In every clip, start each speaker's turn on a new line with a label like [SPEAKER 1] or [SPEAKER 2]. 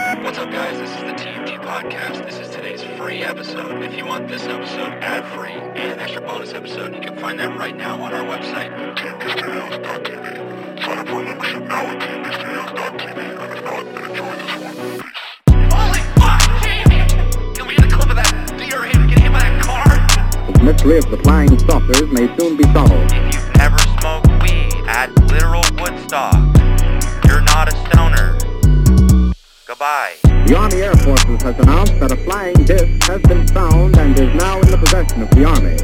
[SPEAKER 1] guys. This is the TMG Podcast. This is today's free episode. If you want this episode ad-free and an extra bonus episode, you can find that right now on our website, TMGStudios.tv. Sign up for a membership now at TMGStudios.tv. And if not, then enjoy this one. Holy fuck! Can we get a clip of that deer him getting hit by that car?
[SPEAKER 2] The mystery of the flying saucers may soon be solved.
[SPEAKER 1] If you've ever smoked weed at literal Woodstock, you're not a stoner. Goodbye.
[SPEAKER 2] The Army Air Forces has announced that a flying disc has been found and is now in the possession of the Army.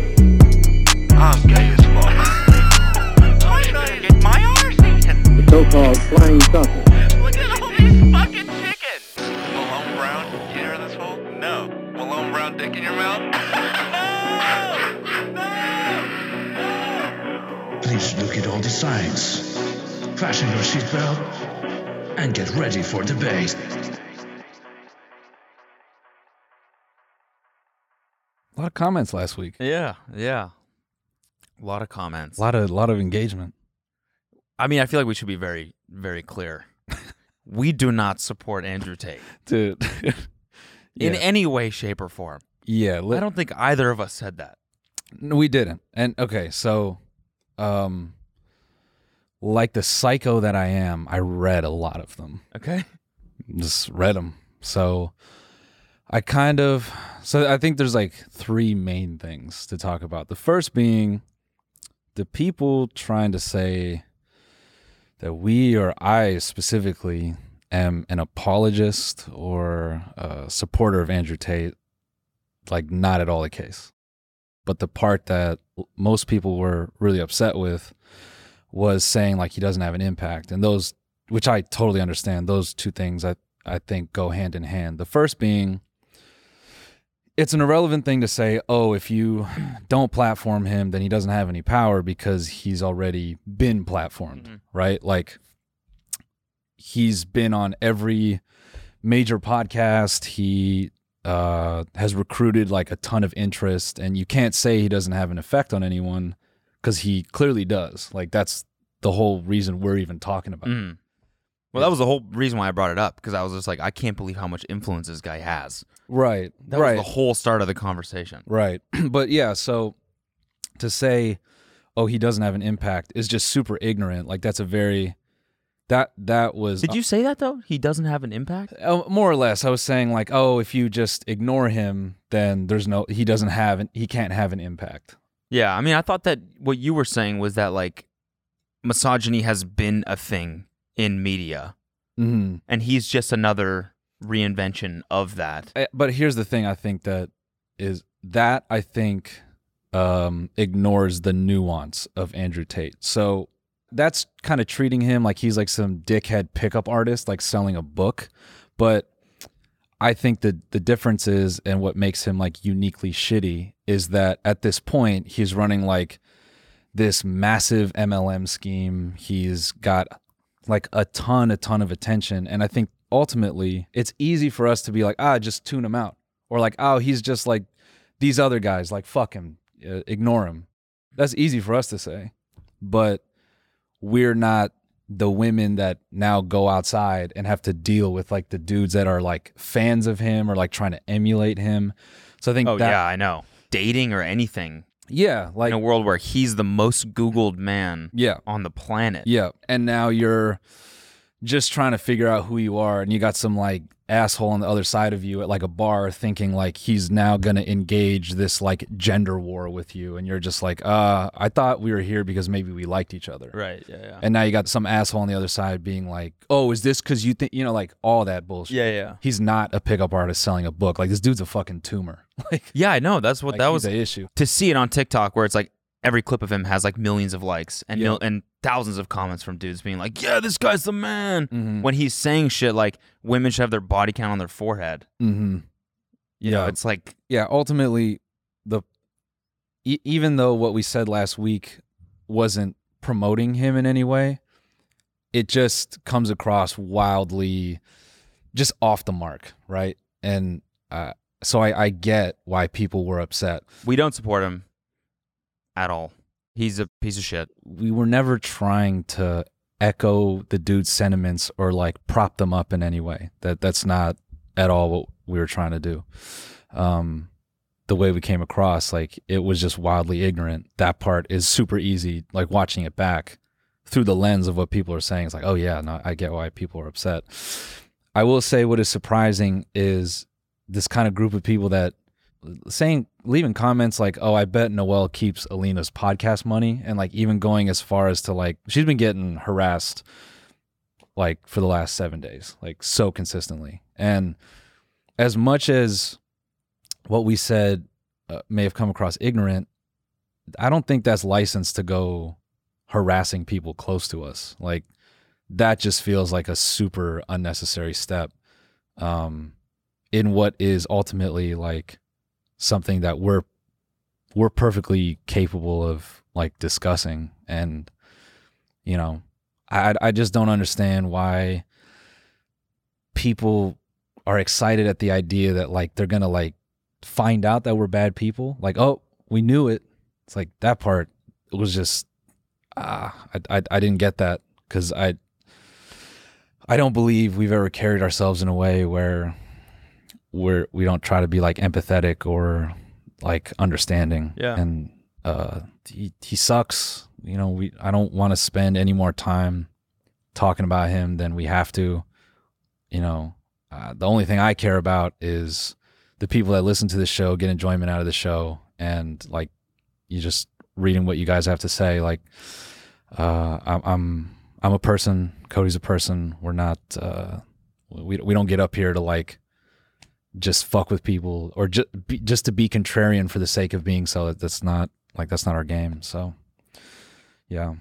[SPEAKER 1] I'm gay as fuck. I'm trying to get my arse eaten.
[SPEAKER 2] The so-called flying saucer.
[SPEAKER 1] Look at all these fucking chickens. Malone Brown, you hear this hole? No. Malone Brown dick in your mouth? no! No!
[SPEAKER 3] Please look at all the signs. Fasten your seatbelt and get ready for debate.
[SPEAKER 4] A lot of comments last week.
[SPEAKER 5] Yeah, yeah. A lot of comments.
[SPEAKER 4] A lot of lot of engagement.
[SPEAKER 5] I mean, I feel like we should be very, very clear. we do not support Andrew Tate
[SPEAKER 4] Dude.
[SPEAKER 5] in
[SPEAKER 4] Yeah.
[SPEAKER 5] any way, shape, or form.
[SPEAKER 4] yeah,
[SPEAKER 5] I don't think either of us said that.
[SPEAKER 4] No, we didn't. And okay, so um like the psycho that I am, I read a lot of them.
[SPEAKER 5] Okay.
[SPEAKER 4] Just read them. So I kind of so I think there's like three main things to talk about. The first being the people trying to say that we or I specifically am an apologist or a supporter of Andrew Tate, like not at all the case. But the part that most people were really upset with was saying like he doesn't have an impact. And those, which I totally understand, those two things I, I think go hand in hand. The first being, it's an irrelevant thing to say, oh, if you don't platform him, then he doesn't have any power because he's already been platformed,
[SPEAKER 5] Mhm.
[SPEAKER 4] right? Like he's been on every major podcast. He uh, has recruited like a ton of interest, and you can't say he doesn't have an effect on anyone because he clearly does. Like that's the whole reason we're even talking about. it.
[SPEAKER 5] Mm. Well, that was the whole reason why I brought it up because I was just like, I can't believe how much influence this guy has.
[SPEAKER 4] Right.
[SPEAKER 5] That
[SPEAKER 4] right.
[SPEAKER 5] was the whole start of the conversation.
[SPEAKER 4] Right. but yeah, so to say, oh, he doesn't have an impact is just super ignorant. Like that's a very that that was
[SPEAKER 5] Did you say that though? He doesn't have an impact.
[SPEAKER 4] Uh, more or less, I was saying like, oh, if you just ignore him, then there's no he doesn't have an, he can't have an impact.
[SPEAKER 5] Yeah, I mean, I thought that what you were saying was that like misogyny has been a thing in media,
[SPEAKER 4] Mm-hmm.
[SPEAKER 5] and he's just another reinvention of that.
[SPEAKER 4] But here's the thing: I think that is that I think um, ignores the nuance of Andrew Tate. So that's kind of treating him like he's like some dickhead pickup artist, like selling a book. But I think that the difference is, and what makes him like uniquely shitty is that at this point, he's running like this massive MLM scheme. He's got like a ton, a ton of attention. And I think ultimately, it's easy for us to be like, ah, just tune him out. Or like, oh, he's just like these other guys, like, fuck him, uh, ignore him. That's easy for us to say. But we're not the women that now go outside and have to deal with like the dudes that are like fans of him or like trying to emulate him. So I think
[SPEAKER 5] Oh
[SPEAKER 4] that,
[SPEAKER 5] yeah, I know. Dating or anything
[SPEAKER 4] yeah, like,
[SPEAKER 5] in a world where he's the most Googled man
[SPEAKER 4] yeah.
[SPEAKER 5] on the planet.
[SPEAKER 4] Yeah. And now you're just trying to figure out who you are and you got some like asshole on the other side of you at like a bar thinking like he's now going to engage this like gender war with you and you're just like, "Uh, I thought we were here because maybe we liked each other."
[SPEAKER 5] Right. Yeah. Yeah.
[SPEAKER 4] And now you got some asshole on the other side being like, "Oh, is this cuz you think, you know, like all that bullshit."
[SPEAKER 5] yeah. Yeah.
[SPEAKER 4] He's not a pickup artist selling a book. Like this dude's a fucking tumor. Like,
[SPEAKER 5] Yeah. I know. That's what
[SPEAKER 4] like,
[SPEAKER 5] that
[SPEAKER 4] he's
[SPEAKER 5] was.
[SPEAKER 4] the issue.
[SPEAKER 5] to see it on TikTok where it's like every clip of him has like millions of likes and
[SPEAKER 4] Yeah.
[SPEAKER 5] mil- and thousands of comments from dudes being like, "Yeah, this guy's the man."
[SPEAKER 4] Mhm.
[SPEAKER 5] When he's saying shit like women should have their body count on their forehead.
[SPEAKER 4] Mhm.
[SPEAKER 5] You know, it's like
[SPEAKER 4] yeah ultimately the e- even though what we said last week wasn't promoting him in any way it just comes across wildly just off the mark right and uh, so I, I get why people were upset
[SPEAKER 5] we don't support him at all. He's a piece of shit.
[SPEAKER 4] we were never trying to echo the dude's sentiments or like prop them up in any way that that's not at all what we were trying to do. Um, the way we came across, like it was just wildly ignorant. That part is super easy. Like watching it back through the lens of what people are saying, it's like, oh yeah, no, I get why people are upset. I will say what is surprising is this kind of group of people that saying leaving comments like, "Oh, I bet Noelle keeps Alina's podcast money," and like even going as far as to like she's been getting harassed like for the last seven days, like so consistently. And as much as what we said uh, may have come across ignorant, I don't think that's licensed to go harassing people close to us. Like that just feels like a super unnecessary step um, in what is ultimately like something that we're we're perfectly capable of like discussing and you know i i just don't understand why people are excited at the idea that like they're gonna like find out that we're bad people like oh we knew it it's like that part was just ah i i, I didn't get that because i i don't believe we've ever carried ourselves in a way where we're we don't try to be like empathetic or like understanding.
[SPEAKER 5] Yeah.
[SPEAKER 4] And uh, he he sucks. You know, we I don't want to spend any more time talking about him than we have to. You know, uh, the only thing I care about is the people that listen to the show get enjoyment out of the show, and like you just reading what you guys have to say. Like, uh, I'm I'm I'm a person. Cody's a person. We're not. Uh, we we don't get up here to like just fuck with people or just be, just to be contrarian for the sake of being so that that's not like that's not our game so yeah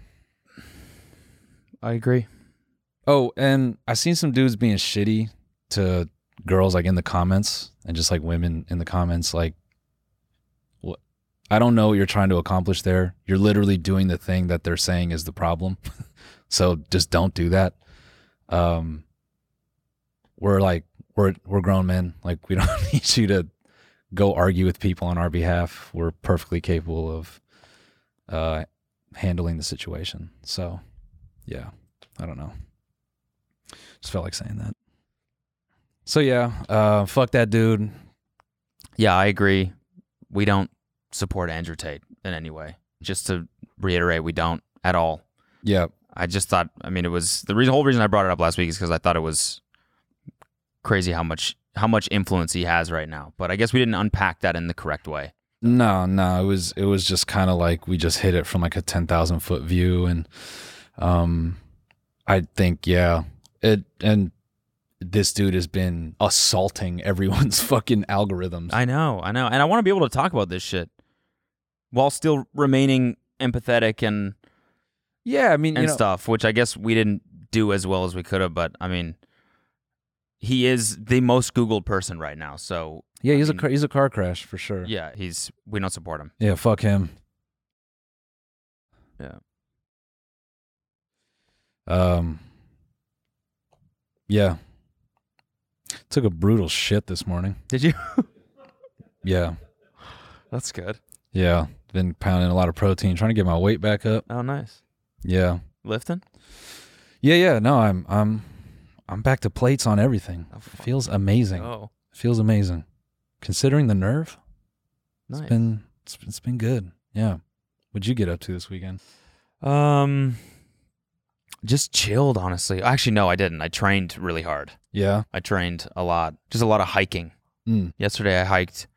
[SPEAKER 5] I agree.
[SPEAKER 4] oh and i seen some dudes being shitty to girls like in the comments and just like women in the comments like what i don't know what you're trying to accomplish there you're literally doing the thing that they're saying is the problem so just don't do that um we're like we're we're grown men like we don't need you to go argue with people on our behalf we're perfectly capable of uh handling the situation so yeah i don't know just felt like saying that so yeah uh fuck that dude
[SPEAKER 5] Yeah, I agree. We don't support Andrew Tate in any way. Just to reiterate, we don't at all.
[SPEAKER 4] yeah
[SPEAKER 5] I just thought, I mean, it was the reason, whole reason I brought it up last week is because I thought it was crazy how much how much influence he has right now. But I guess we didn't unpack that in the correct way.
[SPEAKER 4] No, no, it was it was just kind of like we just hit it from like a ten thousand foot view, and um, I think yeah, it and this dude has been assaulting everyone's fucking algorithms.
[SPEAKER 5] I know, I know, and I want to be able to talk about this shit while still remaining empathetic and
[SPEAKER 4] yeah, I mean, you
[SPEAKER 5] and
[SPEAKER 4] know,
[SPEAKER 5] stuff, which I guess we didn't do as well as we could have. But I mean, he is the most googled person right now. So
[SPEAKER 4] yeah, he's
[SPEAKER 5] I mean-
[SPEAKER 4] a car, he's a car crash for sure.
[SPEAKER 5] yeah, he's we don't support him.
[SPEAKER 4] yeah, fuck him.
[SPEAKER 5] Yeah.
[SPEAKER 4] Um. Yeah. Took a brutal shit this morning.
[SPEAKER 5] Did you?
[SPEAKER 4] Yeah,
[SPEAKER 5] That's good.
[SPEAKER 4] yeah. Been pounding a lot of protein, trying to get my weight back up.
[SPEAKER 5] Oh, nice.
[SPEAKER 4] Yeah.
[SPEAKER 5] Lifting?
[SPEAKER 4] Yeah, yeah. No, I'm I'm I'm back to plates on everything.
[SPEAKER 5] Oh, fuck.
[SPEAKER 4] Feels amazing.
[SPEAKER 5] Oh,
[SPEAKER 4] Feels amazing. Considering the nerve,
[SPEAKER 5] nice.
[SPEAKER 4] it's been it's, it's been good. Yeah. What'd you get up to this weekend?
[SPEAKER 5] um, just chilled, honestly. Actually, no, I didn't. I trained really hard.
[SPEAKER 4] Yeah.
[SPEAKER 5] I trained a lot, just a lot of hiking.
[SPEAKER 4] Mm.
[SPEAKER 5] Yesterday, I hiked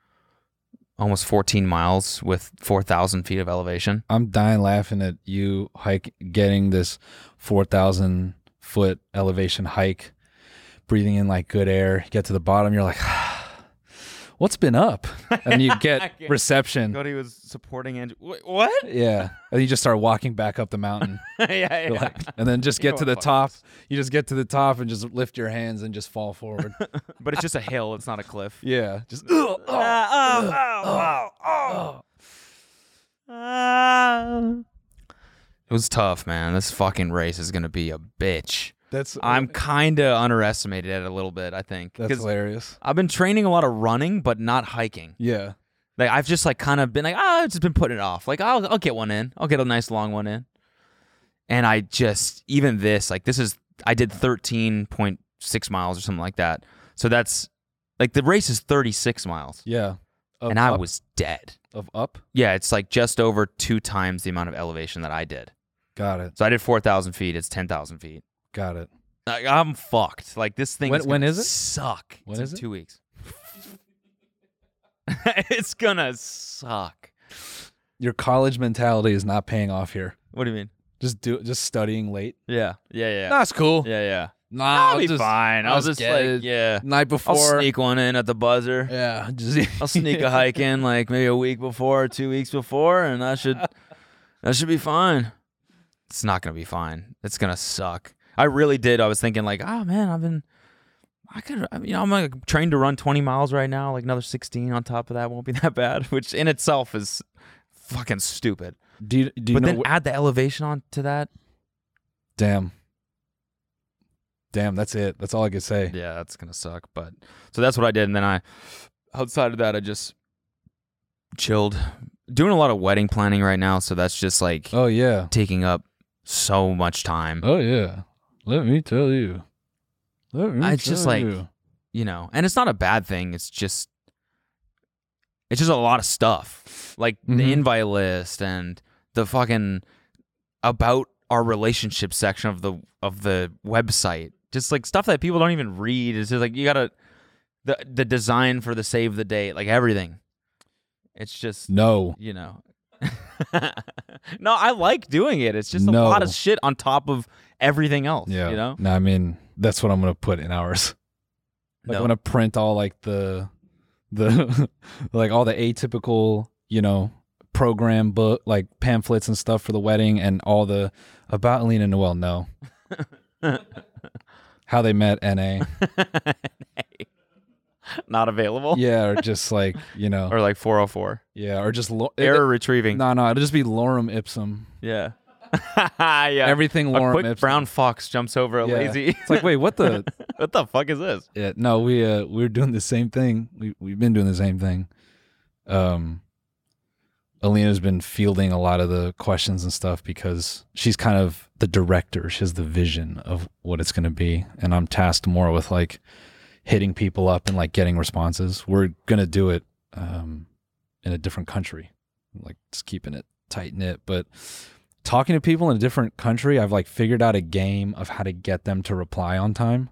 [SPEAKER 5] almost 14 miles with 4,000 feet of elevation.
[SPEAKER 4] I'm dying laughing at you hike getting this four thousand foot elevation hike, breathing in like good air, get to the bottom, you're like What's been up? And you get reception.
[SPEAKER 5] Cody was supporting Andrew. What?
[SPEAKER 4] Yeah. And you just start walking back up the mountain.
[SPEAKER 5] yeah, yeah.
[SPEAKER 4] You're like- and then just
[SPEAKER 5] You
[SPEAKER 4] get
[SPEAKER 5] know
[SPEAKER 4] to
[SPEAKER 5] what fuck
[SPEAKER 4] the top.
[SPEAKER 5] this.
[SPEAKER 4] You just get to the top and just lift your hands and just fall forward.
[SPEAKER 5] but it's just a hill. It's not a cliff.
[SPEAKER 4] yeah, just
[SPEAKER 5] Uh,
[SPEAKER 4] Oh, oh,
[SPEAKER 5] It was tough, man. This fucking race is gonna be a bitch.
[SPEAKER 4] that's uh,
[SPEAKER 5] I'm kind of underestimated it a little bit. I think
[SPEAKER 4] that's
[SPEAKER 5] 'Cause
[SPEAKER 4] hilarious.
[SPEAKER 5] I've been training a lot of running, but not hiking.
[SPEAKER 4] Yeah,
[SPEAKER 5] Like I've just like kind of been like, ah, I've just been putting it off. Like I'll I'll get one in. I'll get a nice long one in. And I just even this like this is I did thirteen point six miles or something like that. So that's Like the race is 36 miles,
[SPEAKER 4] Yeah. Of
[SPEAKER 5] and I
[SPEAKER 4] up-
[SPEAKER 5] was dead.
[SPEAKER 4] of up.
[SPEAKER 5] Yeah, it's like just over two times the amount of elevation that I did.
[SPEAKER 4] Got it.
[SPEAKER 5] So I did 4,000 feet. It's 10,000 feet.
[SPEAKER 4] Got it.
[SPEAKER 5] Like, I'm fucked. Like this thing.
[SPEAKER 4] When-
[SPEAKER 5] is gonna
[SPEAKER 4] when is it?
[SPEAKER 5] Suck.
[SPEAKER 4] When
[SPEAKER 5] it's in
[SPEAKER 4] is it?
[SPEAKER 5] Two weeks. it's gonna suck.
[SPEAKER 4] Your college mentality is not paying off here.
[SPEAKER 5] What do you mean?
[SPEAKER 4] Just do just studying late.
[SPEAKER 5] Yeah. Yeah. Yeah.
[SPEAKER 4] That's cool.
[SPEAKER 5] Yeah. Yeah.
[SPEAKER 4] Nah,
[SPEAKER 5] I'll, be fine. I'll, just
[SPEAKER 4] get
[SPEAKER 5] like
[SPEAKER 4] it.
[SPEAKER 5] yeah.
[SPEAKER 4] night
[SPEAKER 5] I'll
[SPEAKER 4] before.
[SPEAKER 5] sneak one in at the buzzer.
[SPEAKER 4] Yeah, just
[SPEAKER 5] I'll sneak a hike in like maybe a week before, or two weeks before, and I should that should be fine. It's not gonna be fine. It's gonna suck. I really did. I was thinking like, oh man, I've been I could I mean, I'm like trained to run 20 miles right now. Like another 16 on top of that won't be that bad, which in itself is fucking stupid.
[SPEAKER 4] Do you, do you
[SPEAKER 5] But
[SPEAKER 4] know?
[SPEAKER 5] then
[SPEAKER 4] wh-
[SPEAKER 5] add the elevation on to that.
[SPEAKER 4] damn, damn. That's it. That's all I could say.
[SPEAKER 5] Yeah, that's gonna suck. But so that's what I did, and then I outside of that, I just chilled. Doing a lot of wedding planning right now, so that's just like
[SPEAKER 4] Oh yeah.
[SPEAKER 5] taking up so much time.
[SPEAKER 4] Oh yeah. Let me tell you. Let me
[SPEAKER 5] It's just
[SPEAKER 4] tell
[SPEAKER 5] like-
[SPEAKER 4] you.
[SPEAKER 5] you know and it's not a bad thing it's just it's just a lot of stuff like the
[SPEAKER 4] Mhm.
[SPEAKER 5] invite list and the fucking about our relationship section of the of the website just like stuff that people don't even read it's just like you gotta the the design for the save the date like everything it's just
[SPEAKER 4] no.
[SPEAKER 5] you know no i like doing it it's just a
[SPEAKER 4] No.
[SPEAKER 5] lot of shit on top of everything else
[SPEAKER 4] Yeah.
[SPEAKER 5] you know
[SPEAKER 4] No, I mean that's what I'm gonna put in ours. Like
[SPEAKER 5] No.
[SPEAKER 4] I'm gonna print all like the the like all the atypical, you know, program book like pamphlets and stuff for the wedding and all the about Alina Noel, no. How they met NA.
[SPEAKER 5] not available
[SPEAKER 4] Yeah, or just like, you know,
[SPEAKER 5] or like 404
[SPEAKER 4] yeah, or just lo-
[SPEAKER 5] error retrieving.
[SPEAKER 4] No, no, it'll just be lorem ipsum.
[SPEAKER 5] yeah. yeah.
[SPEAKER 4] Everything
[SPEAKER 5] a
[SPEAKER 4] lorem
[SPEAKER 5] quick
[SPEAKER 4] ipsum.
[SPEAKER 5] brown fox jumps over a
[SPEAKER 4] Yeah.
[SPEAKER 5] lazy.
[SPEAKER 4] It's like, wait, what the
[SPEAKER 5] what the fuck is this?
[SPEAKER 4] Yeah, no, we uh we're doing the same thing. We we've been doing the same thing. Um Alina's been fielding a lot of the questions and stuff because she's kind of the director. She has the vision of what it's going to be, and I'm tasked more with like hitting people up and like getting responses. We're going to do it um in a different country. Like just keeping it tight knit, but talking to people in a different country, I've like figured out a game of how to get them to reply on time.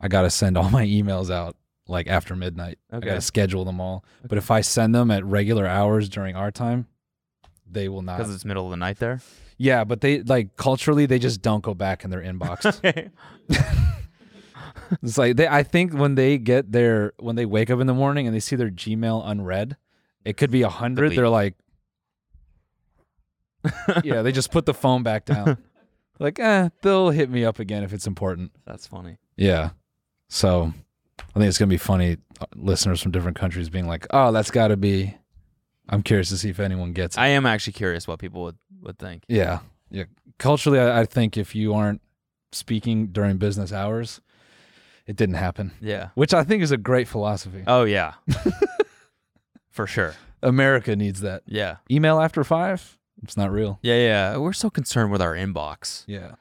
[SPEAKER 4] I gotta send all my emails out like after midnight.
[SPEAKER 5] Okay.
[SPEAKER 4] I gotta schedule them all. But if I send them at regular hours during our time, they will not.
[SPEAKER 5] Because it's middle of the night there.
[SPEAKER 4] Yeah, but they like culturally they just don't go back in their inbox. it's like they I think when they get their when they wake up in the morning and they see their Gmail unread, it could be a hundred.
[SPEAKER 5] Delete.
[SPEAKER 4] They're like, yeah, they just put the phone back down. like, eh, they'll hit me up again if it's important.
[SPEAKER 5] That's funny.
[SPEAKER 4] Yeah. So I think it's going to be funny uh, listeners from different countries being like, oh, that's got to be. I'm curious to see if anyone gets it.
[SPEAKER 5] I am actually curious what people would, would think.
[SPEAKER 4] yeah. Yeah. Culturally, I, I think if you aren't speaking during business hours, it didn't happen,
[SPEAKER 5] Yeah.
[SPEAKER 4] which I think is a great philosophy.
[SPEAKER 5] Oh, yeah. For sure.
[SPEAKER 4] America needs that.
[SPEAKER 5] Yeah.
[SPEAKER 4] Email after five, it's not real.
[SPEAKER 5] Yeah, yeah. We're so concerned with our inbox.
[SPEAKER 4] Yeah.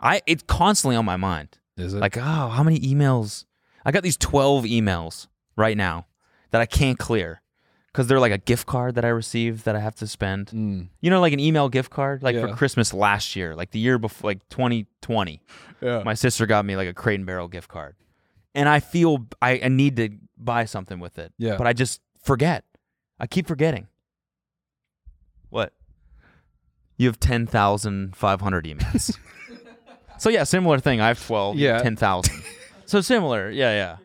[SPEAKER 5] I It's constantly on my mind.
[SPEAKER 4] Is it?
[SPEAKER 5] Like, oh, how many emails? I got these 12 emails right now that I can't clear because they're like a gift card that I received that I have to spend.
[SPEAKER 4] Mm.
[SPEAKER 5] You know, like an email gift card, like for
[SPEAKER 4] Yeah.
[SPEAKER 5] Christmas last year, like the year before, like 2020.
[SPEAKER 4] yeah.
[SPEAKER 5] My sister got me like a Crate and Barrel gift card. And I feel I, I need to buy something with it.
[SPEAKER 4] Yeah.
[SPEAKER 5] But I just forget. I keep forgetting. What? You have 10,500 emails. so, yeah, similar thing. I have 12, yeah.
[SPEAKER 4] Yeah.
[SPEAKER 5] 10,000. so, similar. Yeah, yeah.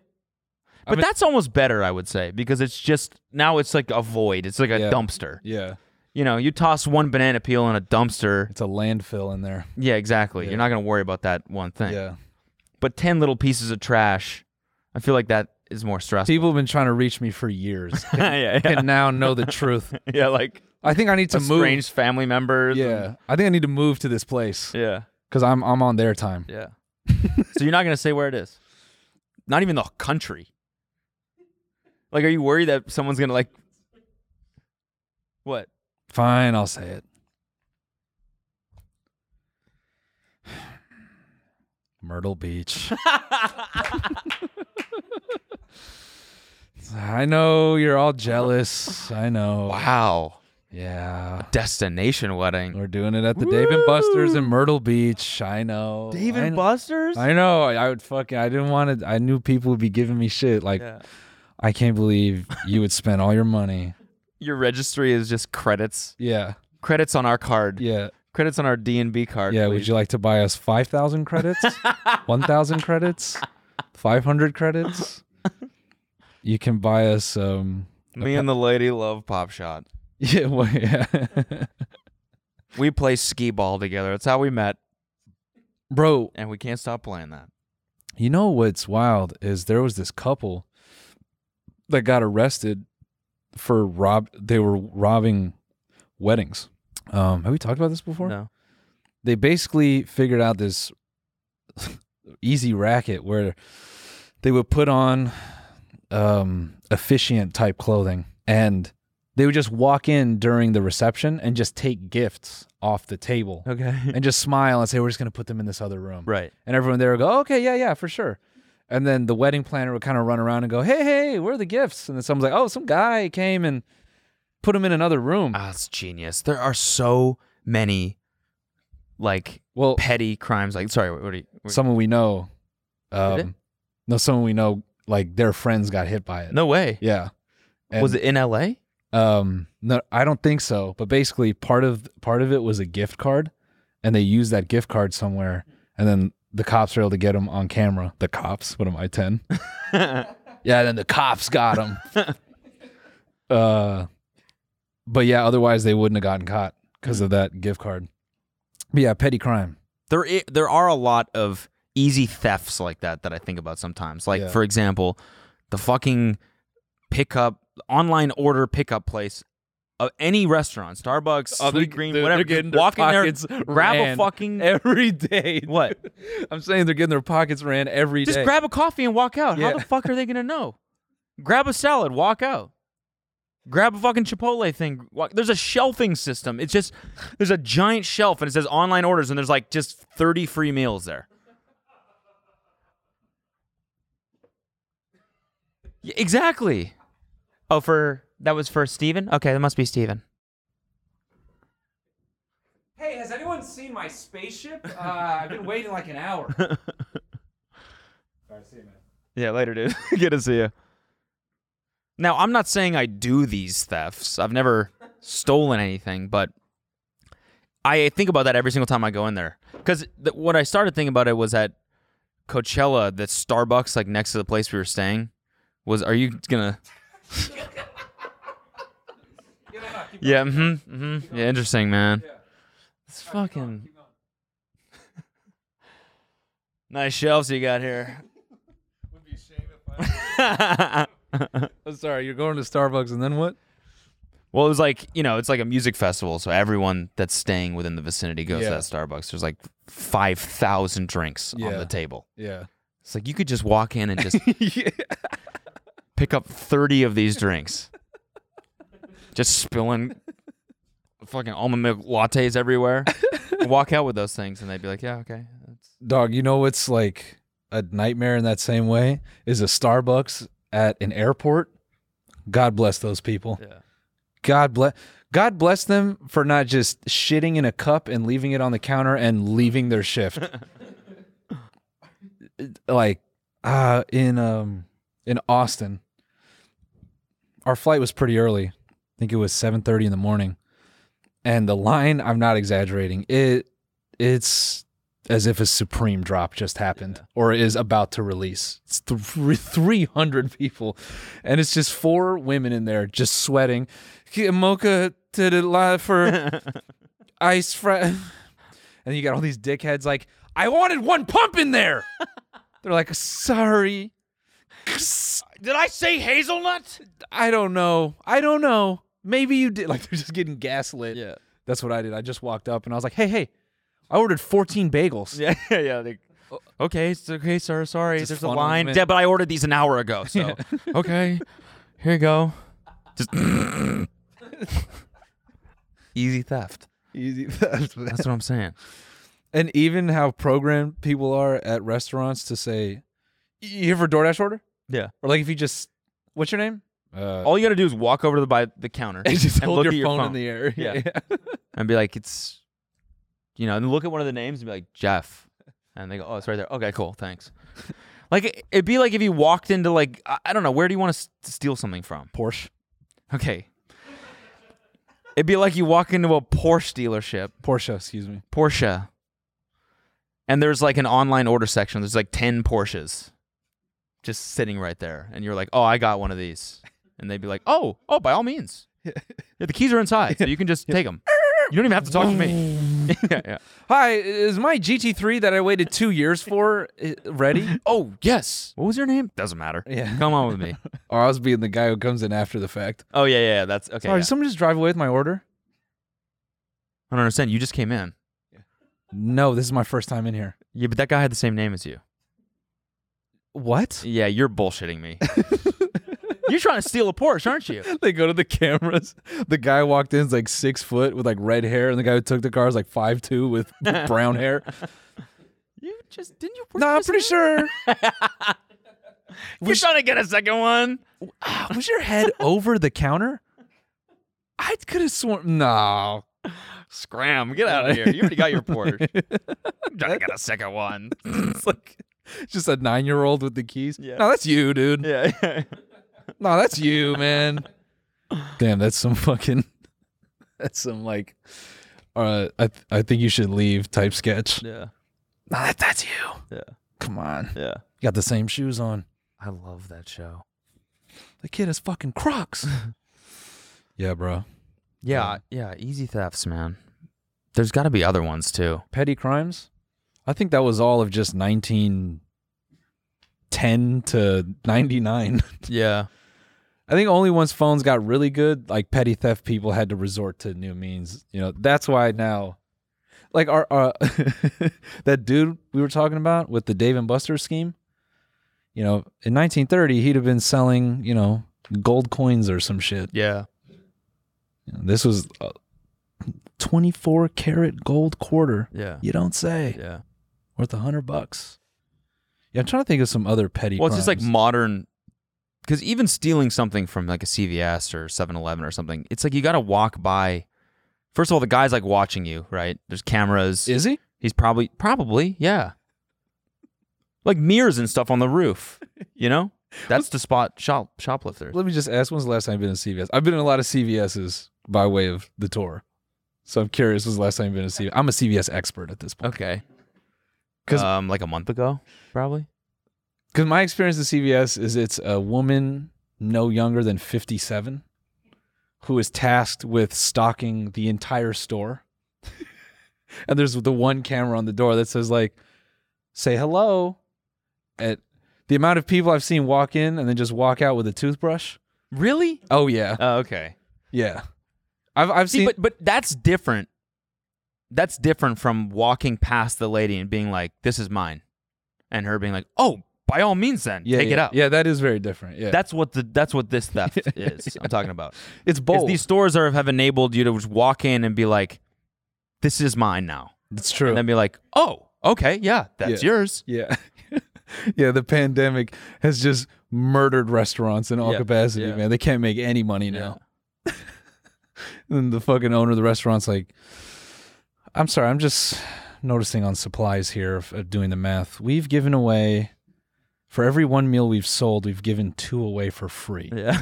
[SPEAKER 5] But
[SPEAKER 4] mean-
[SPEAKER 5] that's almost better, I would say, because it's just now it's like a void. It's like a
[SPEAKER 4] Yeah.
[SPEAKER 5] dumpster.
[SPEAKER 4] yeah.
[SPEAKER 5] You know, you toss one banana peel in a dumpster.
[SPEAKER 4] It's a landfill in there.
[SPEAKER 5] Yeah, exactly.
[SPEAKER 4] Yeah.
[SPEAKER 5] You're not going to worry about that one thing
[SPEAKER 4] Yeah.
[SPEAKER 5] but 10 little pieces of trash, I feel like that is more stressful.
[SPEAKER 4] People have been trying to reach me for years
[SPEAKER 5] yeah, yeah.
[SPEAKER 4] and now know the truth.
[SPEAKER 5] yeah, like
[SPEAKER 4] I think I need to move.
[SPEAKER 5] estranged family members. and-
[SPEAKER 4] Yeah, I think I need to move to this place
[SPEAKER 5] yeah,
[SPEAKER 4] because I'm I'm on their time.
[SPEAKER 5] yeah. so you're not going to say where it is? Not even the country. Like, are you worried that someone's going to, like, what?
[SPEAKER 4] Fine, I'll say it. Myrtle Beach. I know you're all jealous. I know.
[SPEAKER 5] Wow.
[SPEAKER 4] Yeah.
[SPEAKER 5] Destination wedding.
[SPEAKER 4] We're doing it at the Dave and Buster's in Myrtle Beach. I know.
[SPEAKER 5] Dave
[SPEAKER 4] I
[SPEAKER 5] and
[SPEAKER 4] kn-
[SPEAKER 5] Buster's?
[SPEAKER 4] I know. I would fucking. I didn't want to. I knew people would be giving me shit. Like,
[SPEAKER 5] Yeah.
[SPEAKER 4] I can't believe you would spend all your money.
[SPEAKER 5] Your registry is just credits.
[SPEAKER 4] Yeah.
[SPEAKER 5] Credits on our card.
[SPEAKER 4] Yeah.
[SPEAKER 5] Credits on our D&B card.
[SPEAKER 4] Yeah. Would
[SPEAKER 5] please.
[SPEAKER 4] you like to buy us five thousand credits? One thousand credits? Five hundred credits? You can buy us. Um.
[SPEAKER 5] Me and the lady love Pop Shot.
[SPEAKER 4] Yeah. Well, yeah.
[SPEAKER 5] We play skee ball together. That's how we met,
[SPEAKER 4] Bro,
[SPEAKER 5] and we can't stop playing that.
[SPEAKER 4] You know what's wild is there was this couple that got arrested for rob they were robbing weddings. Um have we talked about this before?
[SPEAKER 5] No.
[SPEAKER 4] They basically figured out this easy racket where they would put on um officiant type clothing and they would just walk in during the reception and just take gifts off the table
[SPEAKER 5] Okay.
[SPEAKER 4] and just smile and say we're just going to put them in this other room.
[SPEAKER 5] Right.
[SPEAKER 4] And everyone there would go, okay, yeah, yeah, for sure. And then the wedding planner would kind of run around and go, hey, hey, where are the gifts? And then someone's like, oh, some guy came and put him in another room.
[SPEAKER 5] Ah, it's genius. There are so many, like,
[SPEAKER 4] well,
[SPEAKER 5] petty crimes. Like, sorry, what do you... what-
[SPEAKER 4] someone we know,
[SPEAKER 5] Did
[SPEAKER 4] um, no, someone we know, like their friends got hit by it.
[SPEAKER 5] no way.
[SPEAKER 4] Yeah.
[SPEAKER 5] was
[SPEAKER 4] And,
[SPEAKER 5] it in L.A.?
[SPEAKER 4] Um, no, I don't think so. But basically, part of part of it was a gift card, and they used that gift card somewhere, and then the cops were able to get him on camera. The cops. What am I ten? Yeah, then the cops got him. uh, but yeah, otherwise they wouldn't have gotten caught because
[SPEAKER 5] Hmm.
[SPEAKER 4] of that gift card. But yeah, petty crime.
[SPEAKER 5] there i- there are a lot of easy thefts like that that I think about sometimes. Like
[SPEAKER 4] Yeah.
[SPEAKER 5] for example, the fucking pickup online order pickup place of any restaurant, Starbucks, Sweet Green, whatever. Walk in there, grab a fucking
[SPEAKER 4] every day.
[SPEAKER 5] what?
[SPEAKER 4] I'm saying they're getting their pockets ran every day.
[SPEAKER 5] Just grab a coffee and walk out.
[SPEAKER 4] Yeah.
[SPEAKER 5] How the fuck are they gonna know? Grab a salad, walk out. Grab a fucking Chipotle thing. Walk. There's a shelving system. It's just there's a giant shelf and it says online orders and there's like just 30 free meals there. Yeah, exactly. Oh, for that was for Steven? Okay, that must be Steven.
[SPEAKER 6] Hey, has anyone seen my spaceship? Uh, I've been waiting like an hour.
[SPEAKER 5] Yeah, later, dude. Good to see you. Now, I'm not saying I do these thefts. I've never stolen anything, but I think about that every single time I go in there. Because th- what I started thinking about it was at Coachella, the Starbucks like next to the place we were staying. Was are you gonna? yeah. Mm-hmm. Mm-hmm. Yeah. Interesting, man. It's fucking nice shelves you got here.
[SPEAKER 4] Oh, sorry, you're going to Starbucks and then what?
[SPEAKER 5] Well, it was like you know, it's like a music festival, so everyone that's staying within the vicinity goes
[SPEAKER 4] Yeah.
[SPEAKER 5] to that Starbucks. There's like five thousand drinks on
[SPEAKER 4] Yeah.
[SPEAKER 5] the table.
[SPEAKER 4] Yeah.
[SPEAKER 5] It's like you could just walk in and just pick up thirty of these drinks, just spilling fucking almond milk lattes everywhere. walk out with those things, and they'd be like, "Yeah, okay." That's-
[SPEAKER 4] Dog, you know what's like a nightmare in that same way is a Starbucks at an airport. God bless those people.
[SPEAKER 5] Yeah.
[SPEAKER 4] God bless God bless them for not just shitting in a cup and leaving it on the counter and leaving their shift. Uh, like uh in um in Austin. Our flight was pretty early. I think it was 7:30 in the morning. And the line, I'm not exaggerating. It it's as if a supreme drop just happened or is about to release. It's th- 300 people. And it's just four women in there just sweating. Mocha did it live for ice fry. And you got all these dickheads like, I wanted one pump in there. They're like, sorry.
[SPEAKER 5] Did I say hazelnut?
[SPEAKER 4] I don't know. I don't know. Maybe you did. Like they're just getting gaslit.
[SPEAKER 5] Yeah.
[SPEAKER 4] That's what I did. I just walked up and I was like, hey, hey, I ordered 14 bagels.
[SPEAKER 5] Yeah, yeah, yeah. Like,
[SPEAKER 7] Oh.
[SPEAKER 5] okay, it's okay, sir. Sorry,
[SPEAKER 4] Just
[SPEAKER 5] there's a
[SPEAKER 4] funnel
[SPEAKER 5] line.
[SPEAKER 4] them in.
[SPEAKER 5] Yeah, but I ordered these an hour ago. So, okay, here you go. Just easy theft.
[SPEAKER 4] Easy.
[SPEAKER 5] That's what I'm saying.
[SPEAKER 4] And even how programmed people are at restaurants to say, "You here for DoorDash order?"
[SPEAKER 5] Yeah.
[SPEAKER 4] Or like if you just
[SPEAKER 7] What's your name?
[SPEAKER 4] Uh,
[SPEAKER 5] All you gotta do is walk over to the by the counter
[SPEAKER 7] And just
[SPEAKER 5] and
[SPEAKER 7] hold
[SPEAKER 5] look
[SPEAKER 7] your,
[SPEAKER 5] at your
[SPEAKER 7] phone, in the air.
[SPEAKER 5] Yeah. and be like, it's, you know, and look at one of the names and be like, Jeff. And they go, oh, it's right there. Okay, cool. Thanks. like, it- it'd be like if you walked into, like, I, I don't know, where do you want to s- to steal something from?
[SPEAKER 7] Porsche.
[SPEAKER 5] Okay. It'd be like you walk into a Porsche dealership,
[SPEAKER 4] Porsche, excuse me.
[SPEAKER 5] Porsche, and there's like an online order section. There's like 10 Porsches just sitting right there. And you're like, oh, I got one of these. And they'd be like, oh, oh, by all means. Yeah, the keys are inside, so you can just take them. You don't even have to talk to me. yeah, yeah.
[SPEAKER 7] Hi, is my GT3 that I waited two years for i- ready?
[SPEAKER 5] Oh, yes. What was your name? Doesn't matter.
[SPEAKER 7] Yeah.
[SPEAKER 5] Come on with me.
[SPEAKER 4] Or I was being the guy who comes in after the fact.
[SPEAKER 5] Oh, yeah, yeah. yeah, That's okay.
[SPEAKER 7] Sorry,
[SPEAKER 5] yeah.
[SPEAKER 7] did someone just drive away with my order?
[SPEAKER 5] I don't understand. You just came in.
[SPEAKER 4] No, this is my first time in here.
[SPEAKER 5] Yeah, but that guy had the same name as you.
[SPEAKER 7] What?
[SPEAKER 5] Yeah, you're bullshitting me. you're trying to steal a Porsche, aren't you?
[SPEAKER 4] They go to the cameras. The guy walked in, is like six foot with like red hair, and the guy who took the car is like five two with brown hair.
[SPEAKER 5] You just didn't you?
[SPEAKER 7] No, I'm pretty sure.
[SPEAKER 5] We're trying to get a second one.
[SPEAKER 7] Was your head over the counter?
[SPEAKER 4] I could have sworn. No,
[SPEAKER 5] Scram! Get out of here. You already got your Porsche. I'm trying to get a second one.
[SPEAKER 4] it's like just a nine year old with the keys.
[SPEAKER 5] Yeah.
[SPEAKER 4] No, that's you, dude.
[SPEAKER 5] yeah.
[SPEAKER 4] No, that's you, man. Damn, that's some fucking. That's some like. Uh, I th- I think you should leave. Type sketch.
[SPEAKER 5] Yeah.
[SPEAKER 4] No, that, that's you.
[SPEAKER 5] Yeah.
[SPEAKER 4] Come on.
[SPEAKER 5] Yeah.
[SPEAKER 4] You got the same shoes on.
[SPEAKER 5] I love that show.
[SPEAKER 4] The kid has fucking Crocs. yeah, bro.
[SPEAKER 5] Yeah. Yeah. Easy thefts, man. There's got to be other ones too.
[SPEAKER 4] Petty crimes. I think that was all of just nineteen ten to ninety nine.
[SPEAKER 5] Yeah.
[SPEAKER 4] I think only once phones got really good, like petty theft people had to resort to new means. You know, that's why now, like our, our that dude we were talking about with the Dave and Buster scheme. You know, in 1930, he'd have been selling, you know, gold coins or some shit.
[SPEAKER 5] Yeah.
[SPEAKER 4] You know, this was a 24 karat gold quarter.
[SPEAKER 5] Yeah.
[SPEAKER 4] You don't say.
[SPEAKER 5] Yeah.
[SPEAKER 4] Worth a hundred bucks. Yeah, I'm trying to think of some other petty.
[SPEAKER 5] Well, it's just like
[SPEAKER 4] crimes.
[SPEAKER 5] modern. Because even stealing something from like a CVS or 7 Eleven or something, it's like you got to walk by. First of all, the guy's like watching you, right? There's cameras.
[SPEAKER 4] is he?
[SPEAKER 5] He's probably, probably, yeah. Like mirrors and stuff on the roof, you know? That's the spot shop shoplifters.
[SPEAKER 4] Let me just ask. When's the last time you've been in CVS? I've been in a lot of CVSs by way of the tour, so I'm curious. When's the last time you've been in CVS? I'm a CVS expert at this point
[SPEAKER 5] Okay.
[SPEAKER 4] 'Cause-
[SPEAKER 5] um, like a month ago, probably.
[SPEAKER 4] because my experience in CVS is it's a woman no younger than 57 who is tasked with stocking the entire store, and there's the one camera on the door that says like, "Say hello," at the amount of people I've seen walk in and then just walk out with a toothbrush.
[SPEAKER 5] Really?
[SPEAKER 4] Oh yeah,
[SPEAKER 5] Oh, okay.
[SPEAKER 4] yeah. I've I've
[SPEAKER 5] See,
[SPEAKER 4] seen
[SPEAKER 5] but but that's different. That's different from walking past the lady and being like, "This is mine," and her being like, "Oh, by all means, then
[SPEAKER 4] yeah,
[SPEAKER 5] take
[SPEAKER 4] yeah,
[SPEAKER 5] it out."
[SPEAKER 4] Yeah, that is very different. Yeah,
[SPEAKER 5] That's what the that's what this theft is. I'm talking about.
[SPEAKER 4] it's
[SPEAKER 5] Is
[SPEAKER 4] bold.
[SPEAKER 5] these stores are have enabled you to just walk in and be like, "This is mine now,"
[SPEAKER 4] it's true.
[SPEAKER 5] and then be like, "Oh, okay, yeah, that's
[SPEAKER 4] Yeah.
[SPEAKER 5] yours."
[SPEAKER 4] yeah, yeah. The pandemic has just murdered restaurants in all
[SPEAKER 5] Yeah,
[SPEAKER 4] capacity.
[SPEAKER 5] yeah.
[SPEAKER 4] Man, they can't make any money now. and the fucking owner of the restaurant's like, "I'm sorry, I'm just noticing on supplies here of, of doing the math. We've given away." For every one meal we've sold, we've given two away for free.
[SPEAKER 5] Yeah.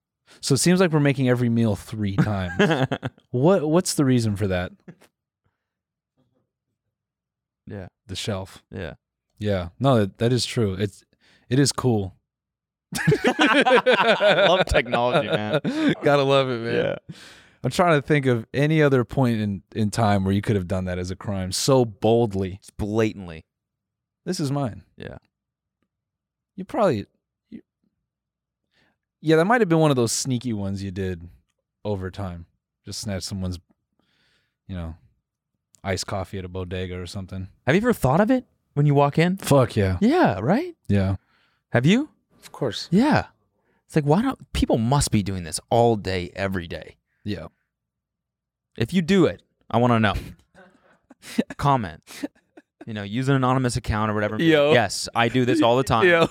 [SPEAKER 4] So it seems like we're making every meal three times. what What's the reason for that?
[SPEAKER 5] Yeah.
[SPEAKER 4] the shelf.
[SPEAKER 5] yeah.
[SPEAKER 4] Yeah, no, that, that is true. It's it is cool.
[SPEAKER 5] I love technology, man.
[SPEAKER 4] Gotta love it, man. I'm trying to think of any other point in in time where you could have done that as a crime so boldly.
[SPEAKER 5] It's blatantly.
[SPEAKER 4] This is mine.
[SPEAKER 5] Yeah.
[SPEAKER 4] You probably. You, yeah, that might have been one of those sneaky ones you did over time. Just snatch someone's, you know, iced coffee at a bodega or something.
[SPEAKER 5] Have you ever thought of it when you walk in?
[SPEAKER 4] Fuck yeah,
[SPEAKER 5] Yeah. Right.
[SPEAKER 4] yeah.
[SPEAKER 5] Have you?
[SPEAKER 7] Of course.
[SPEAKER 5] Yeah. It's like, why don't people must be doing this all day, every day?
[SPEAKER 4] Yeah.
[SPEAKER 5] If you do it, I want to know. Comment. You know, use an anonymous account or whatever.
[SPEAKER 7] Yo.
[SPEAKER 5] Yes, I do this all the time.
[SPEAKER 7] Yo.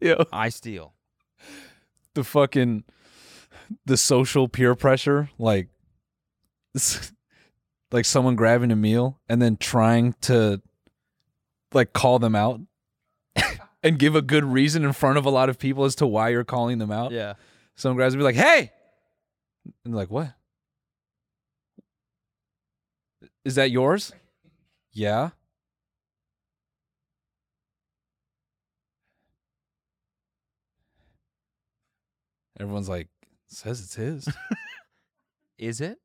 [SPEAKER 7] Yo.
[SPEAKER 5] I steal.
[SPEAKER 4] the fucking the social peer pressure, like like someone grabbing a meal and then trying to like call them out and give a good reason in front of a lot of people as to why you're calling them out.
[SPEAKER 5] Yeah.
[SPEAKER 4] Someone grabs and be like, "Hey," and they're like, "What? Is that yours?" Yeah. Everyone's like, says it's his.
[SPEAKER 5] Is it?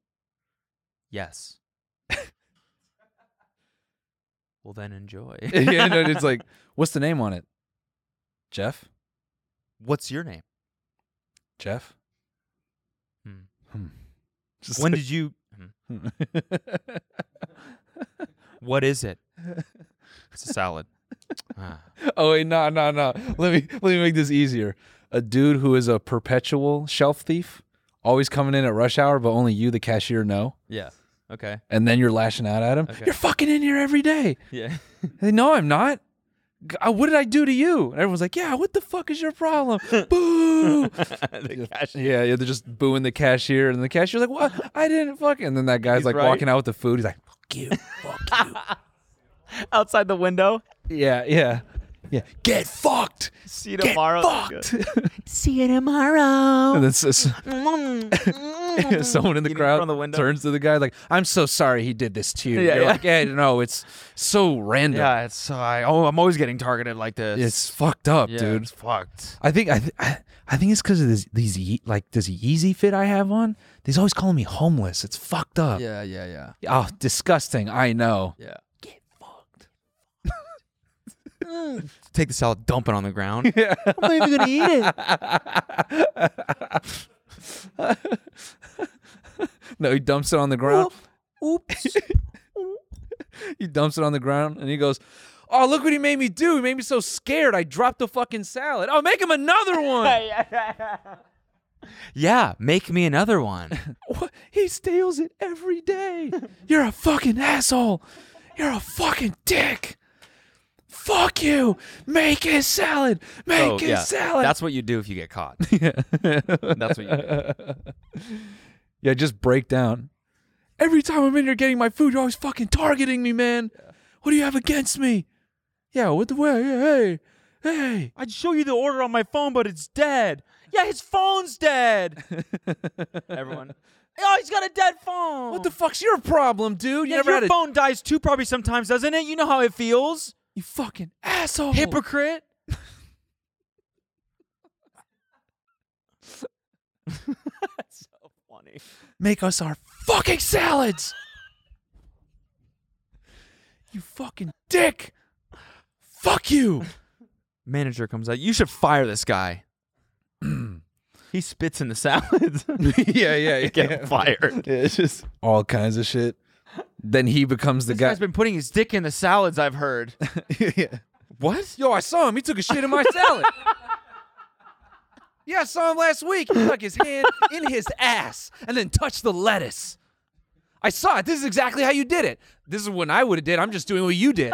[SPEAKER 5] Yes. well, then enjoy.
[SPEAKER 4] Yeah, and it's like, what's the name on it? Jeff?
[SPEAKER 5] What's your name?
[SPEAKER 4] Jeff?
[SPEAKER 5] Hmm.
[SPEAKER 4] Hmm. Just
[SPEAKER 5] When did you? Mhm.
[SPEAKER 4] like-
[SPEAKER 5] What is it? It's a salad. Ah.
[SPEAKER 4] Oh wait, no, no, no. Let me let me make this easier. A dude who is a perpetual shelf thief, always coming in at rush hour, but only you, the cashier, know.
[SPEAKER 5] Yeah. Okay.
[SPEAKER 4] And then you're lashing out at him.
[SPEAKER 5] Okay.
[SPEAKER 4] You're fucking in here every day.
[SPEAKER 5] Yeah.
[SPEAKER 4] They no, I'm not. G- uh, What did I do to you? And everyone's like, Yeah, what the fuck is your problem? Boo!
[SPEAKER 5] The cashier-
[SPEAKER 4] Yeah, yeah, they're just booing the cashier, and the cashier's like, "What? I didn't fucking." And then that guy's
[SPEAKER 5] He's
[SPEAKER 4] like
[SPEAKER 5] right.
[SPEAKER 4] walking out with the food. He's like, "Fuck you, fuck
[SPEAKER 5] Outside the window.
[SPEAKER 4] you." yeah, yeah, yeah. Get fucked.
[SPEAKER 5] See you
[SPEAKER 4] Get
[SPEAKER 5] tomorrow.
[SPEAKER 4] fucked.
[SPEAKER 5] See you tomorrow. Mm-hmm.
[SPEAKER 4] and then s- s- someone in the
[SPEAKER 5] Eating
[SPEAKER 4] crowd
[SPEAKER 5] from the window.
[SPEAKER 4] turns to the guy like, "I'm so sorry he did this to you."
[SPEAKER 5] Yeah,
[SPEAKER 4] You're
[SPEAKER 5] yeah.
[SPEAKER 4] like, "Yeah, no, it's so random.
[SPEAKER 5] Yeah, it's uh, I, oh, I'm always getting targeted like this.
[SPEAKER 4] It's fucked up,
[SPEAKER 5] Yeah,
[SPEAKER 4] dude."
[SPEAKER 5] It's fucked.
[SPEAKER 4] I think I th- I I think it's because of this, these Ye- like this Yeezy fit I have on. They's always calling me homeless. It's fucked up.
[SPEAKER 5] Yeah, yeah, yeah,
[SPEAKER 4] Oh, disgusting. I know.
[SPEAKER 5] yeah. Get fucked. Take the salad, dump it on the ground. I'm not even gonna eat it.
[SPEAKER 4] No, he dumps it on the ground. Oops. he dumps it on the ground and he goes, "Oh, look what he made me do. He made me so scared. I dropped the fucking salad. Oh, make him another one."
[SPEAKER 5] Yeah, make me another one.
[SPEAKER 4] What? He steals it every day. You're a fucking asshole. You're a fucking dick. Fuck you. Make his salad. Make
[SPEAKER 5] Oh,
[SPEAKER 4] his
[SPEAKER 5] yeah.
[SPEAKER 4] salad.
[SPEAKER 5] That's what you do if you get caught. That's what you do.
[SPEAKER 4] Yeah, just break down. Every time I'm in here getting my food, you're always fucking targeting me, man. What do you have against me? Yeah, what the way? Hey, hey.
[SPEAKER 5] I'd show you the order on my phone, but it's dead. Yeah, his phone's dead. Everyone. Oh, he's got a dead phone.
[SPEAKER 4] What the fuck's your problem, dude? You
[SPEAKER 5] Oh. Yeah,
[SPEAKER 4] never
[SPEAKER 5] your
[SPEAKER 4] had a
[SPEAKER 5] phone dies too, probably sometimes, doesn't it? You know how it feels.
[SPEAKER 4] you fucking asshole.
[SPEAKER 5] Oh. Hypocrite. That's so funny.
[SPEAKER 4] Make us our fucking salads. you fucking dick. Fuck you.
[SPEAKER 5] Manager comes out. You should fire this guy. he spits in the salads.
[SPEAKER 4] yeah, yeah, yeah.
[SPEAKER 5] Get him fired.
[SPEAKER 4] it's just all kinds of shit. Then he becomes the
[SPEAKER 5] This
[SPEAKER 4] guy.
[SPEAKER 5] guy's been putting his dick in the salads. I've heard.
[SPEAKER 4] yeah.
[SPEAKER 5] what?
[SPEAKER 4] Yo, I saw him. He took a shit in my salad. yeah, I saw him last week. He stuck his hand in his ass and then touched the lettuce. I saw it. This is exactly how you did it. This is when I would have did. I'm just doing what you did.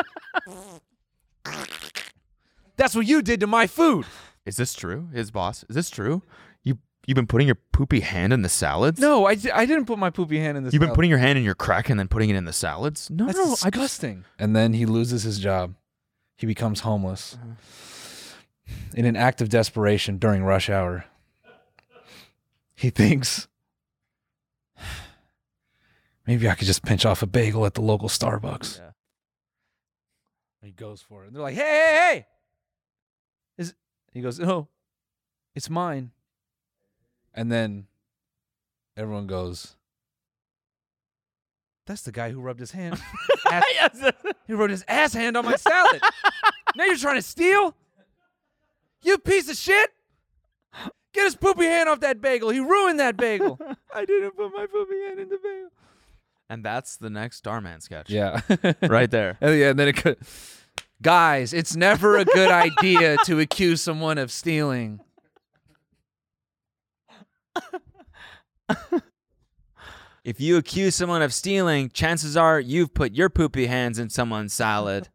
[SPEAKER 4] That's what you did to my food.
[SPEAKER 5] Is this true? His boss. Is this true? You you've been putting your poopy hand in the salads?
[SPEAKER 4] No, I, di- I didn't put my poopy hand in this.
[SPEAKER 5] You've been putting your hand in your crack and then putting it in the salads? No, no, I just
[SPEAKER 4] And then he loses his job. He becomes homeless in an act of desperation during rush hour. He thinks maybe I could just pinch off a bagel at the local Starbucks.
[SPEAKER 5] Yeah.
[SPEAKER 4] He goes for it. And they're like, hey, hey, hey. Is he goes, no, it's mine. And then everyone goes, that's the guy who rubbed his hand. ass- he rubbed his ass hand on my salad. now you're trying to steal? You piece of shit. Get his poopy hand off that bagel. He ruined that bagel. I didn't put my poopy hand in the bagel.
[SPEAKER 5] And that's the next Starman sketch.
[SPEAKER 4] Yeah.
[SPEAKER 5] Right there.
[SPEAKER 4] And yeah, and then it could. Guys, it's never a good idea to accuse someone of stealing.
[SPEAKER 5] If you accuse someone of stealing, chances are you've put your poopy hands in someone's salad.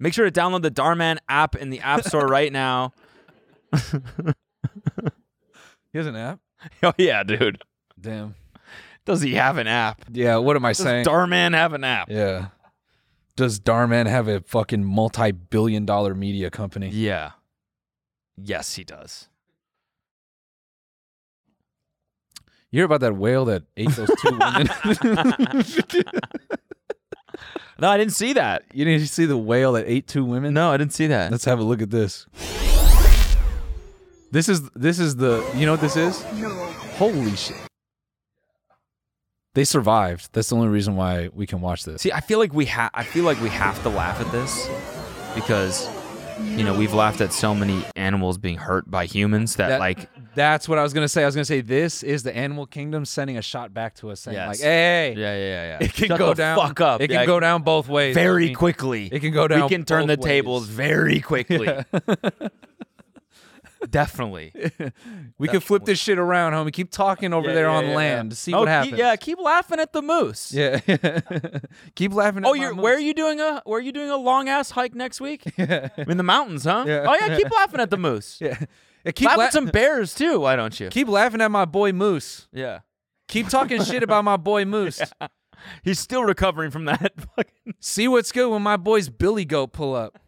[SPEAKER 5] Make sure to download the Darman app in the App Store right now.
[SPEAKER 4] He has an app.
[SPEAKER 5] oh yeah, dude.
[SPEAKER 4] Damn.
[SPEAKER 5] Does he have an app?
[SPEAKER 4] Yeah. What am I
[SPEAKER 5] Does
[SPEAKER 4] saying?
[SPEAKER 5] Darman have an app?
[SPEAKER 4] yeah. Does Darman have a fucking multi-billion-dollar media company?
[SPEAKER 5] Yeah. Yes, he does.
[SPEAKER 4] You hear about that whale that ate those two women?
[SPEAKER 5] No, I didn't see that.
[SPEAKER 4] you didn't see the whale that ate two women?
[SPEAKER 5] No, I didn't see that.
[SPEAKER 4] Let's have a look at this. This is this is the you know what this is? No. Holy shit. They survived. That's the only reason why we can watch this.
[SPEAKER 5] See, I feel like we ha- I feel like we have to laugh at this because you know, we've laughed at so many animals being hurt by humans that,
[SPEAKER 4] That-
[SPEAKER 5] like
[SPEAKER 4] That's what I was gonna say. I was gonna say this is the animal kingdom sending a shot back to us saying
[SPEAKER 5] Yes.
[SPEAKER 4] like, hey,
[SPEAKER 5] yeah, yeah, yeah.
[SPEAKER 4] it can
[SPEAKER 5] Shut
[SPEAKER 4] go
[SPEAKER 5] the
[SPEAKER 4] down.
[SPEAKER 5] fuck up.
[SPEAKER 4] It can
[SPEAKER 5] Yeah,
[SPEAKER 4] go down both ways.
[SPEAKER 5] very
[SPEAKER 4] homie.
[SPEAKER 5] quickly.
[SPEAKER 4] It can go down
[SPEAKER 5] We can turn the
[SPEAKER 4] both
[SPEAKER 5] tables
[SPEAKER 4] ways.
[SPEAKER 5] very quickly. Definitely.
[SPEAKER 4] We can flip this shit around, homie. Keep talking over there on land. See
[SPEAKER 5] No,
[SPEAKER 4] what
[SPEAKER 5] keep-
[SPEAKER 4] happens.
[SPEAKER 5] Yeah, keep laughing at the moose.
[SPEAKER 4] Yeah. Keep laughing.
[SPEAKER 5] Oh,
[SPEAKER 4] at my
[SPEAKER 5] you're
[SPEAKER 4] moose.
[SPEAKER 5] where are you doing a where are you doing a long ass hike next week? In the mountains, huh?
[SPEAKER 4] Yeah.
[SPEAKER 5] Oh yeah, keep laughing at the moose.
[SPEAKER 4] Yeah. Yeah, Keep,
[SPEAKER 5] Laugh
[SPEAKER 4] la-
[SPEAKER 5] at some bears too. Why don't you?
[SPEAKER 4] keep laughing at my boy Moose.
[SPEAKER 5] yeah.
[SPEAKER 4] Keep talking shit about my boy Moose.
[SPEAKER 5] He's still recovering from that. fucking-
[SPEAKER 4] See what's good when my boys Billy Goat pull up.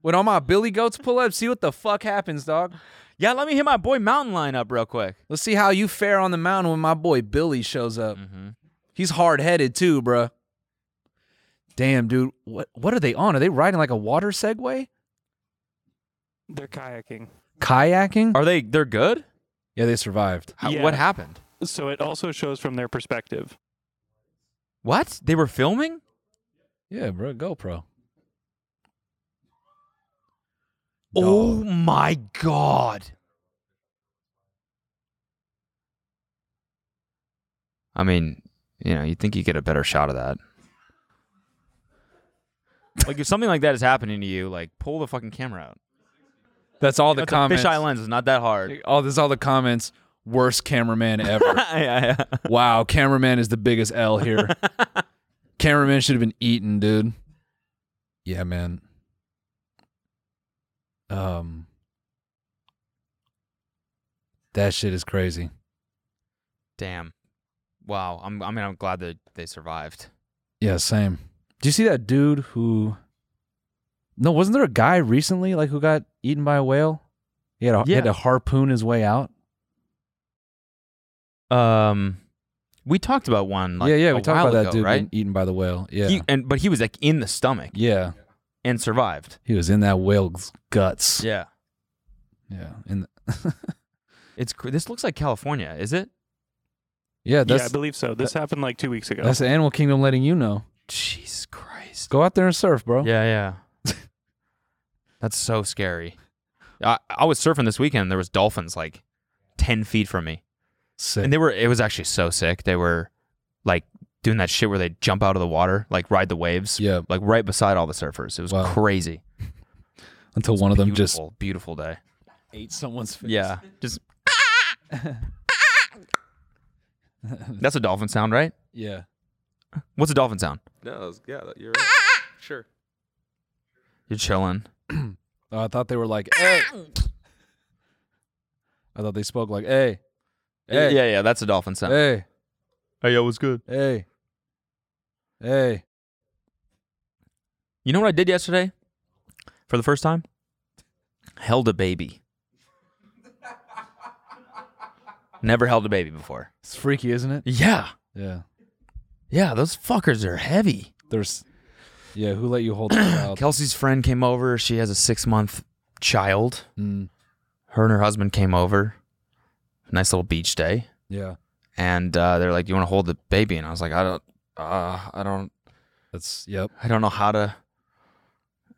[SPEAKER 4] When all my Billy Goats pull up, see what the fuck happens, dog.
[SPEAKER 5] yeah, let me hit my boy Mountain line up real quick.
[SPEAKER 4] Let's see how you fare on the mountain when my boy Billy shows up.
[SPEAKER 5] Mm-hmm.
[SPEAKER 4] He's hard headed too, bruh. Damn, dude, what what are they on? Are they riding like a water Segway?
[SPEAKER 8] They're kayaking.
[SPEAKER 4] Kayaking?
[SPEAKER 5] Are they? They're good.
[SPEAKER 4] Yeah, they survived.
[SPEAKER 5] How,
[SPEAKER 8] Yeah.
[SPEAKER 5] What happened?
[SPEAKER 8] So it also shows from their perspective.
[SPEAKER 5] What? They were filming?
[SPEAKER 4] Yeah, bro, GoPro.
[SPEAKER 5] Oh my god! I mean, you know, you think you get a better shot of that. like if something like that is happening to you, like pull the fucking camera out.
[SPEAKER 4] That's all the
[SPEAKER 5] That's
[SPEAKER 4] comments.
[SPEAKER 5] a fisheye lens is not that hard.
[SPEAKER 4] All this, all the comments. Worst cameraman ever.
[SPEAKER 5] yeah, yeah.
[SPEAKER 4] wow, cameraman is the biggest L here. cameraman should have been eaten, dude. Yeah, man. Um, that shit is crazy.
[SPEAKER 5] Damn. Wow. I'm. I mean, I'm glad that they survived.
[SPEAKER 4] Yeah, same. Do you see that dude who? No, wasn't there a guy recently like who got eaten by a whale? He had, a, he had
[SPEAKER 5] Yeah.
[SPEAKER 4] to harpoon his way out.
[SPEAKER 5] Um, we talked about one. Like,
[SPEAKER 4] yeah, yeah,
[SPEAKER 5] a
[SPEAKER 4] we talked
[SPEAKER 5] while
[SPEAKER 4] about that
[SPEAKER 5] ago,
[SPEAKER 4] dude
[SPEAKER 5] right?
[SPEAKER 4] being eaten by the whale. Yeah,
[SPEAKER 5] He, and but he was like in the stomach
[SPEAKER 4] yeah.
[SPEAKER 5] and survived.
[SPEAKER 4] He was in that whale's guts.
[SPEAKER 5] Yeah.
[SPEAKER 4] Yeah. In the-
[SPEAKER 5] It's cr- this looks like California, is it?
[SPEAKER 4] yeah,
[SPEAKER 8] yeah, I
[SPEAKER 4] that's
[SPEAKER 8] believe so. This happened like two weeks ago.
[SPEAKER 4] that's the animal kingdom letting you know.
[SPEAKER 5] Jesus Christ.
[SPEAKER 4] Go out there and surf, bro.
[SPEAKER 5] Yeah, yeah. That's so scary. I, I was surfing this weekend. And there was dolphins like ten feet from me,
[SPEAKER 4] Sick.
[SPEAKER 5] and they were. It was actually so sick. They were like doing that shit where they jump out of the water, like ride the waves,
[SPEAKER 4] yeah.
[SPEAKER 5] like right beside all the surfers. It was
[SPEAKER 4] Wow.
[SPEAKER 5] crazy.
[SPEAKER 4] Until one of them just
[SPEAKER 5] Beautiful, beautiful day.
[SPEAKER 4] ate someone's face.
[SPEAKER 5] Yeah. Just. That's a dolphin sound, right?
[SPEAKER 4] Yeah.
[SPEAKER 5] What's a dolphin sound?
[SPEAKER 9] No, it's- yeah, that- you're right. Sure.
[SPEAKER 5] You're chilling.
[SPEAKER 4] Oh, I thought they were like, hey. I thought they spoke like, hey, Hey.
[SPEAKER 5] Yeah, yeah, that's a dolphin sound.
[SPEAKER 4] hey,
[SPEAKER 5] Hey, yo, what's good?
[SPEAKER 4] hey, hey.
[SPEAKER 5] You know what I did yesterday? For the first time? Held a baby. Never held a baby before.
[SPEAKER 4] It's freaky, isn't it?
[SPEAKER 5] Yeah.
[SPEAKER 4] Yeah.
[SPEAKER 5] Yeah, those fuckers are heavy.
[SPEAKER 4] There's. Yeah. Who let you hold the child?
[SPEAKER 5] Kelsey's friend came over. She has a six month child.
[SPEAKER 4] Mm,
[SPEAKER 5] Her and her husband came over. Nice little beach day.
[SPEAKER 4] yeah.
[SPEAKER 5] and uh, they're like, "You want to hold the baby?" And I was like, "I don't, uh, I don't,
[SPEAKER 4] That's yep.
[SPEAKER 5] I don't know how to."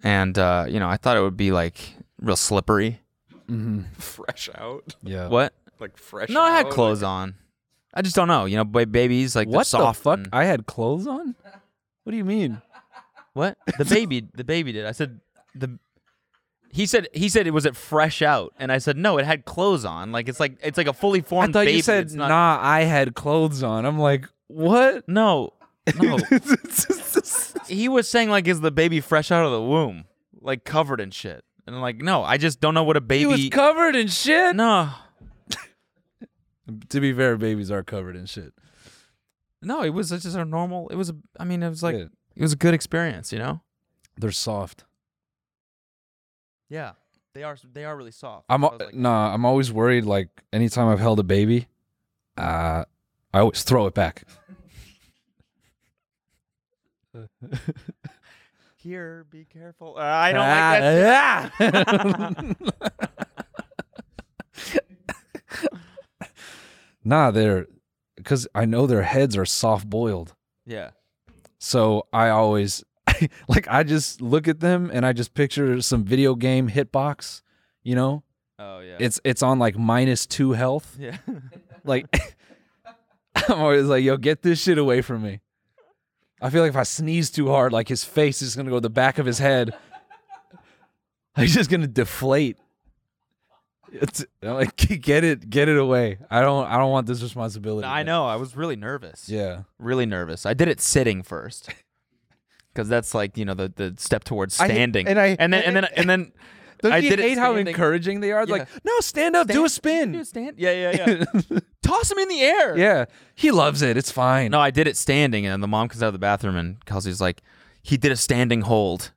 [SPEAKER 5] And uh, you know, I thought it would be like real slippery.
[SPEAKER 4] hmm
[SPEAKER 9] Fresh out.
[SPEAKER 4] Yeah.
[SPEAKER 5] What?
[SPEAKER 9] Like fresh
[SPEAKER 5] No, I had
[SPEAKER 9] out,
[SPEAKER 5] clothes on. I just don't know. You know, ba- babies like they're
[SPEAKER 4] what the
[SPEAKER 5] soft
[SPEAKER 4] fuck?
[SPEAKER 5] and-
[SPEAKER 4] I had clothes on. What do you mean?
[SPEAKER 5] what the baby? The baby did. I said the. He said he said it was it fresh out, and I said no, it had clothes on. Like it's like it's like a fully
[SPEAKER 4] I
[SPEAKER 5] formed.
[SPEAKER 4] thought
[SPEAKER 5] baby.
[SPEAKER 4] you said
[SPEAKER 5] It's not-
[SPEAKER 4] nah. I had clothes on. I'm like, what?
[SPEAKER 5] No, no.
[SPEAKER 4] it's
[SPEAKER 5] he was saying like, is the baby fresh out of the womb, like covered in shit? And I'm like, no, I just don't know what a baby.
[SPEAKER 7] He was covered in shit.
[SPEAKER 5] no,
[SPEAKER 4] to be fair, babies are covered in shit.
[SPEAKER 5] no, it was just a normal. It was. A, I mean, it was like
[SPEAKER 4] Yeah.
[SPEAKER 5] it was a good experience, you know.
[SPEAKER 4] They're soft.
[SPEAKER 5] Yeah, they are. They are really soft.
[SPEAKER 4] I'm
[SPEAKER 5] I
[SPEAKER 4] al-
[SPEAKER 5] was like,
[SPEAKER 4] nah. I'm always worried. Like anytime I've held a baby, uh, I always throw it back.
[SPEAKER 5] Here, be careful. Uh, I don't
[SPEAKER 4] Ah,
[SPEAKER 5] like that. shit.
[SPEAKER 4] nah, they're because I know their heads are soft boiled.
[SPEAKER 5] Yeah.
[SPEAKER 4] So I always like I just look at them and I just picture some video game hitbox. You know,
[SPEAKER 5] Oh yeah.
[SPEAKER 4] it's it's on like minus two health.
[SPEAKER 5] yeah.
[SPEAKER 4] Like I'm always like, yo, get this shit away from me. I feel like if I sneeze too hard, like his face is gonna go to the back of his head. He's just gonna deflate. It's I'm like get it, get it away. I don't I don't want this responsibility.
[SPEAKER 5] I know. I was really nervous.
[SPEAKER 4] Yeah.
[SPEAKER 5] Really nervous. I did it sitting first. Because that's like you know the, the step towards
[SPEAKER 4] I-
[SPEAKER 5] standing,
[SPEAKER 4] and I-
[SPEAKER 5] and then and then and then
[SPEAKER 4] Don't
[SPEAKER 5] I
[SPEAKER 4] you
[SPEAKER 5] did it
[SPEAKER 4] hate how
[SPEAKER 5] standing.
[SPEAKER 4] encouraging they are? Like,
[SPEAKER 5] Yeah.
[SPEAKER 4] no, stand up, do a
[SPEAKER 5] Stand-
[SPEAKER 4] spin.
[SPEAKER 5] stand. Yeah, yeah, yeah. Toss him in the air.
[SPEAKER 4] Yeah. He loves it. It's fine.
[SPEAKER 5] No, I did it standing, and the mom comes out of the bathroom, and Kelsey's like, "He did a standing hold,"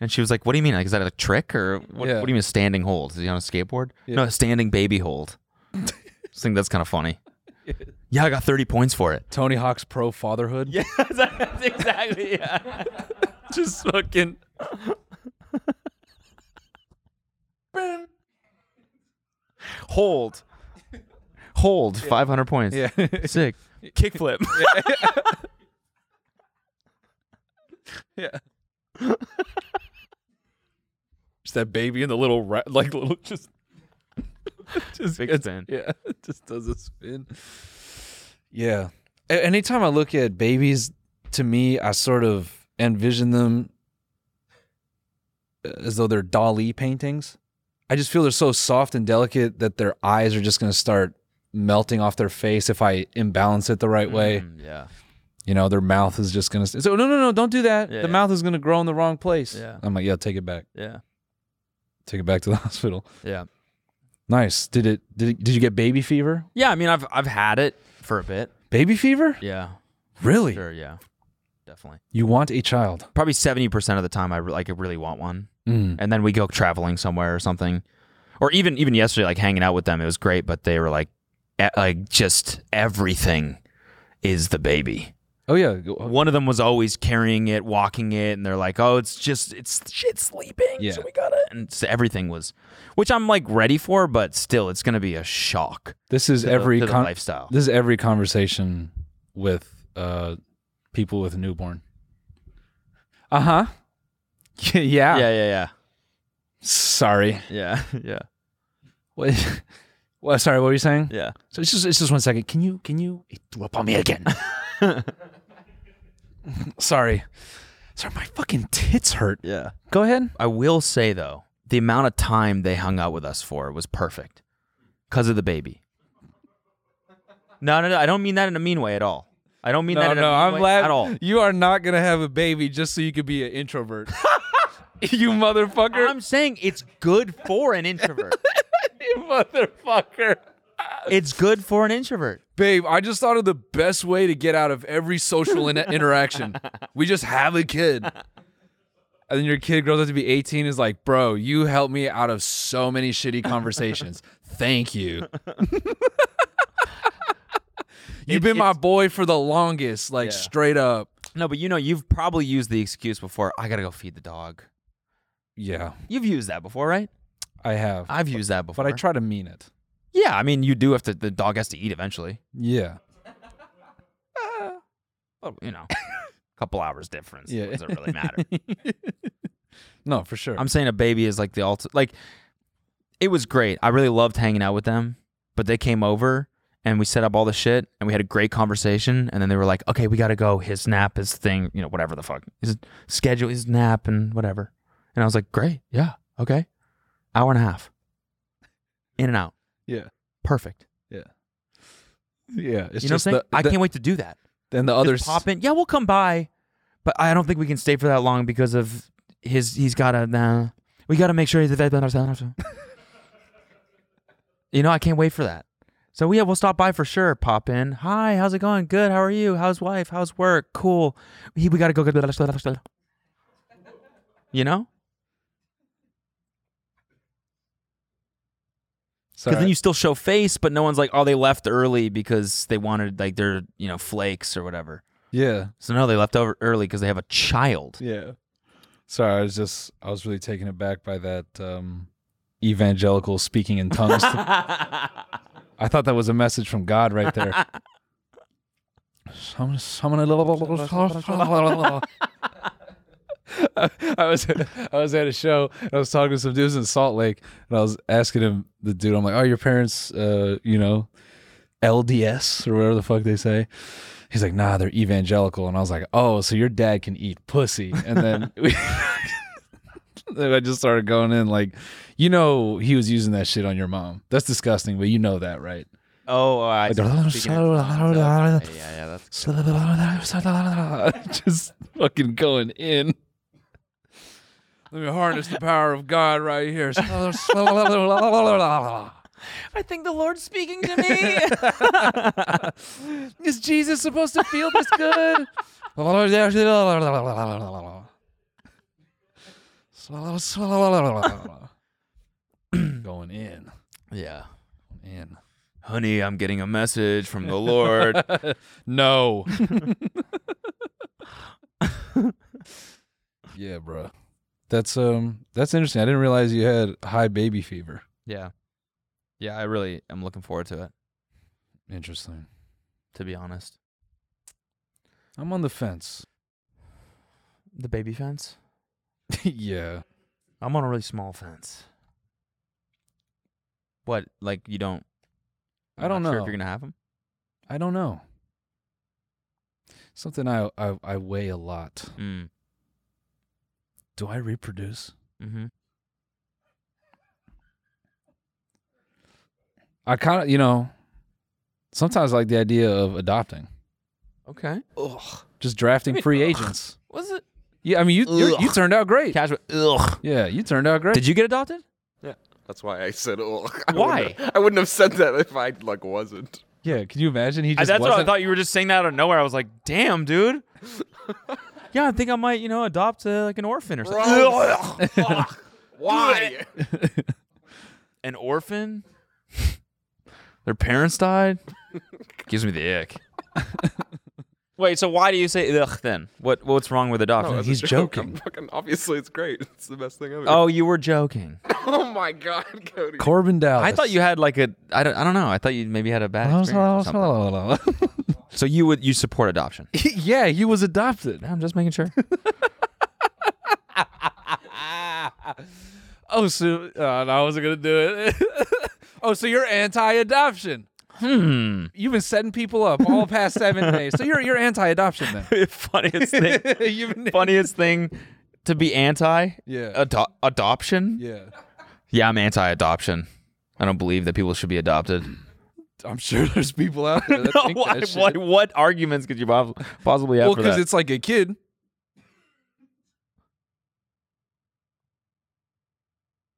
[SPEAKER 5] and she was like, "What do you mean? Like, is that a trick or what?
[SPEAKER 4] Yeah.
[SPEAKER 5] What do you mean standing hold? Is he on a skateboard? No, a standing baby hold." I just think that's kind of funny. Yeah, I got thirty points for it.
[SPEAKER 4] Tony Hawk's pro fatherhood. Yeah.
[SPEAKER 5] that's exactly. Yeah.
[SPEAKER 7] Just fucking.
[SPEAKER 5] Hold, hold, five hundred points.
[SPEAKER 4] Yeah.
[SPEAKER 5] Sick. Kickflip.
[SPEAKER 7] Just that baby and the little ra- like little just. just
[SPEAKER 5] Big
[SPEAKER 7] gets-
[SPEAKER 5] spin.
[SPEAKER 7] Yeah, just does a spin.
[SPEAKER 4] Yeah. A- anytime I look at babies, to me, I sort of envision them uh, as though they're Dali paintings. I just feel they're so soft and delicate that their eyes are just going to start melting off their face if I imbalance it the right way.
[SPEAKER 5] Mm, yeah.
[SPEAKER 4] You know, their mouth is just going to. So no, no, no, don't do that.
[SPEAKER 5] Yeah,
[SPEAKER 4] the
[SPEAKER 5] yeah.
[SPEAKER 4] mouth is going to grow in the wrong place.
[SPEAKER 5] Yeah.
[SPEAKER 4] I'm like, yeah, take it back.
[SPEAKER 5] Yeah.
[SPEAKER 4] Take it back to the hospital.
[SPEAKER 5] Yeah.
[SPEAKER 4] Nice. Did it? Did it, did you get baby fever?
[SPEAKER 5] Yeah. I mean, I've I've had it for a bit.
[SPEAKER 4] Baby fever?
[SPEAKER 5] Yeah.
[SPEAKER 4] Really?
[SPEAKER 5] Sure. Yeah. Definitely.
[SPEAKER 4] You want a child?
[SPEAKER 5] probably 70% of the time I re- like I really want one.
[SPEAKER 4] Mm.
[SPEAKER 5] And then we go traveling somewhere or something. Or even even yesterday like hanging out with them it was great but they were like e- like just everything is the baby.
[SPEAKER 4] Oh yeah. Go-
[SPEAKER 5] One of them was always carrying it, walking it and they're like, "Oh, it's just it's shit sleeping."
[SPEAKER 4] Yeah.
[SPEAKER 5] So we got to and so everything was which I'm like ready for but still it's going to be a shock
[SPEAKER 4] This is
[SPEAKER 5] to the-
[SPEAKER 4] every
[SPEAKER 5] to the
[SPEAKER 4] con-
[SPEAKER 5] lifestyle.
[SPEAKER 4] this is every conversation with uh, people with a newborn. Uh huh. yeah.
[SPEAKER 5] yeah, yeah,
[SPEAKER 4] Sorry.
[SPEAKER 5] yeah. Yeah. Yeah.
[SPEAKER 4] What? Well, sorry. What were you saying?
[SPEAKER 5] Yeah.
[SPEAKER 4] So it's just it's just one second. Can you can you it threw up on me again? sorry. Sorry, my fucking tits hurt.
[SPEAKER 5] Yeah.
[SPEAKER 4] Go ahead.
[SPEAKER 5] I will say though, the amount of time they hung out with us for was perfect because of the baby. No, no, no. I don't mean that in a mean way at all. I don't mean that in a mean way at all.
[SPEAKER 4] You are not gonna have a baby just so you could be an introvert. you motherfucker.
[SPEAKER 5] I'm saying it's good for an introvert.
[SPEAKER 4] you motherfucker.
[SPEAKER 5] it's good for an introvert.
[SPEAKER 4] Babe, I just thought of the best way to get out of every social in- interaction. We just have a kid. And then your kid grows up to be 18 is like, bro, you helped me out of so many shitty conversations. Thank you. You've been my boy for the longest, like
[SPEAKER 5] Yeah.
[SPEAKER 4] straight up.
[SPEAKER 5] No, but you know, you've probably used the excuse before. I gotta go feed the dog.
[SPEAKER 4] Yeah,
[SPEAKER 5] You've used that before, right?
[SPEAKER 4] I have.
[SPEAKER 5] I've used that before.
[SPEAKER 4] but I try to mean it.
[SPEAKER 5] Yeah, I mean, you do have to. The dog has to eat eventually.
[SPEAKER 4] Yeah.
[SPEAKER 5] Well, you know, a couple hours difference.
[SPEAKER 4] Yeah.
[SPEAKER 5] Yeah, doesn't really matter.
[SPEAKER 4] No, for sure.
[SPEAKER 5] I'm saying a baby is like the alt. Like, it was great. I really loved hanging out with them. But they came over and we set up all the shit and we had a great conversation. And then they were like, "Okay, we gotta go. His nap, his thing, you know, whatever the fuck, his schedule, his nap, and whatever." And I was like, "Great, yeah, okay, hour and a half, in and out,
[SPEAKER 4] Yeah.
[SPEAKER 5] perfect."
[SPEAKER 4] yeah. It's
[SPEAKER 5] you know what I'm
[SPEAKER 4] just
[SPEAKER 5] saying?
[SPEAKER 4] the,
[SPEAKER 5] I
[SPEAKER 4] the-
[SPEAKER 5] can't wait to do that.
[SPEAKER 4] Then the
[SPEAKER 5] Just
[SPEAKER 4] others.
[SPEAKER 5] pop in. Yeah, we'll come by, But I don't think we can stay for that long because of his. He's got to. Nah, we got to make sure he's. you know, I can't wait for that. So yeah, we'll stop by for sure. Pop in. Hi, how's it going? Good. How are you? How's wife? How's work? Cool. He, we gotta go. get You know, because then you still show face, but no one's like, oh, they left early because they wanted like their you know flakes or whatever.
[SPEAKER 4] yeah.
[SPEAKER 5] So no, they left over early because they have a child.
[SPEAKER 4] Yeah. Sorry, I was just I was really taken aback by that um evangelical speaking in tongues. I thought that was a message from God right there. Someone- someone- I was I was at a show and I was talking to some dudes in Salt Lake and I was asking him the dude I'm like oh your parents uh you know LDS or whatever the fuck they say he's like, nah, they're evangelical. And I was like, oh, so your dad can eat pussy. And then we, then I just started going in like, you know, he was using that shit on your mom. That's disgusting, but you know that, right?
[SPEAKER 5] Oh, I
[SPEAKER 4] Like,
[SPEAKER 5] speaking in tongues, uh, yeah, yeah, that's
[SPEAKER 4] just fucking going in. Let me harness the power of God right here.
[SPEAKER 5] I think the Lord's speaking to me.
[SPEAKER 4] Is Jesus supposed to feel this good? Going in,
[SPEAKER 5] yeah.
[SPEAKER 4] in.
[SPEAKER 5] Honey, I'm getting a message from the Lord.
[SPEAKER 4] No. yeah, bro. That's um that's interesting. I didn't realize you had high baby fever.
[SPEAKER 5] yeah. Yeah, I really am looking forward to it,
[SPEAKER 4] Interesting.
[SPEAKER 5] to be honest.
[SPEAKER 4] I'm on the fence.
[SPEAKER 5] The baby fence?
[SPEAKER 4] yeah.
[SPEAKER 5] I'm on a really small fence. What? Like you don't
[SPEAKER 4] I don't
[SPEAKER 5] not
[SPEAKER 4] know.
[SPEAKER 5] Sure if you're going to have them?
[SPEAKER 4] I don't know. Something I, I I weigh a lot.
[SPEAKER 5] Mm.
[SPEAKER 4] Do I reproduce?
[SPEAKER 5] Mhm.
[SPEAKER 4] I kind of, you know, sometimes I like the idea of adopting,
[SPEAKER 5] Okay.
[SPEAKER 4] just drafting free agents.
[SPEAKER 5] Was it
[SPEAKER 4] Yeah, I mean, you you're, you turned out great.
[SPEAKER 5] casual? Ugh.
[SPEAKER 4] Yeah, you turned out great.
[SPEAKER 5] Did you get adopted?
[SPEAKER 9] That's why I said, oh. I
[SPEAKER 5] Why?
[SPEAKER 9] Wouldn't have, I wouldn't have said that if I like wasn't.
[SPEAKER 4] yeah, can you imagine? He
[SPEAKER 5] I-
[SPEAKER 4] just
[SPEAKER 5] that's what I
[SPEAKER 4] wasn't-
[SPEAKER 5] thought. You were just saying that out of nowhere. I was like, damn, dude. yeah, I think I might, you know, adopt uh, like an orphan or something.
[SPEAKER 9] Why?
[SPEAKER 5] an orphan? Their parents died? Gives me the ick. Wait, so why do you say ugh then? What what's wrong with adoption?
[SPEAKER 9] That's a
[SPEAKER 4] He's
[SPEAKER 9] joke.
[SPEAKER 4] joking.
[SPEAKER 9] Fucking obviously, it's great. It's the best thing ever.
[SPEAKER 5] oh, you were joking.
[SPEAKER 9] oh my god, Cody.
[SPEAKER 4] Corbin Dallas.
[SPEAKER 5] I thought you had like a I don't I don't know. I thought you maybe had a bad experience or something. So you would you support adoption?
[SPEAKER 4] yeah, he was adopted.
[SPEAKER 5] I'm just making sure.
[SPEAKER 4] Oh, so uh, no, I wasn't gonna do it. oh, so you're anti-adoption?
[SPEAKER 5] Hmm.
[SPEAKER 4] You've been setting people up all past seven days. So you're you're anti-adoption then?
[SPEAKER 5] funniest thing.
[SPEAKER 4] You've been-
[SPEAKER 5] funniest thing to be anti
[SPEAKER 4] Yeah.
[SPEAKER 5] ado- adoption.
[SPEAKER 4] yeah,
[SPEAKER 5] Yeah, I'm anti-adoption. I don't believe that people should be adopted.
[SPEAKER 4] I'm sure there's people out there that think
[SPEAKER 5] why,
[SPEAKER 4] that shit.
[SPEAKER 5] why- what arguments could you pos- possibly have
[SPEAKER 4] well,
[SPEAKER 5] for
[SPEAKER 4] because
[SPEAKER 5] that?
[SPEAKER 4] it's like a kid.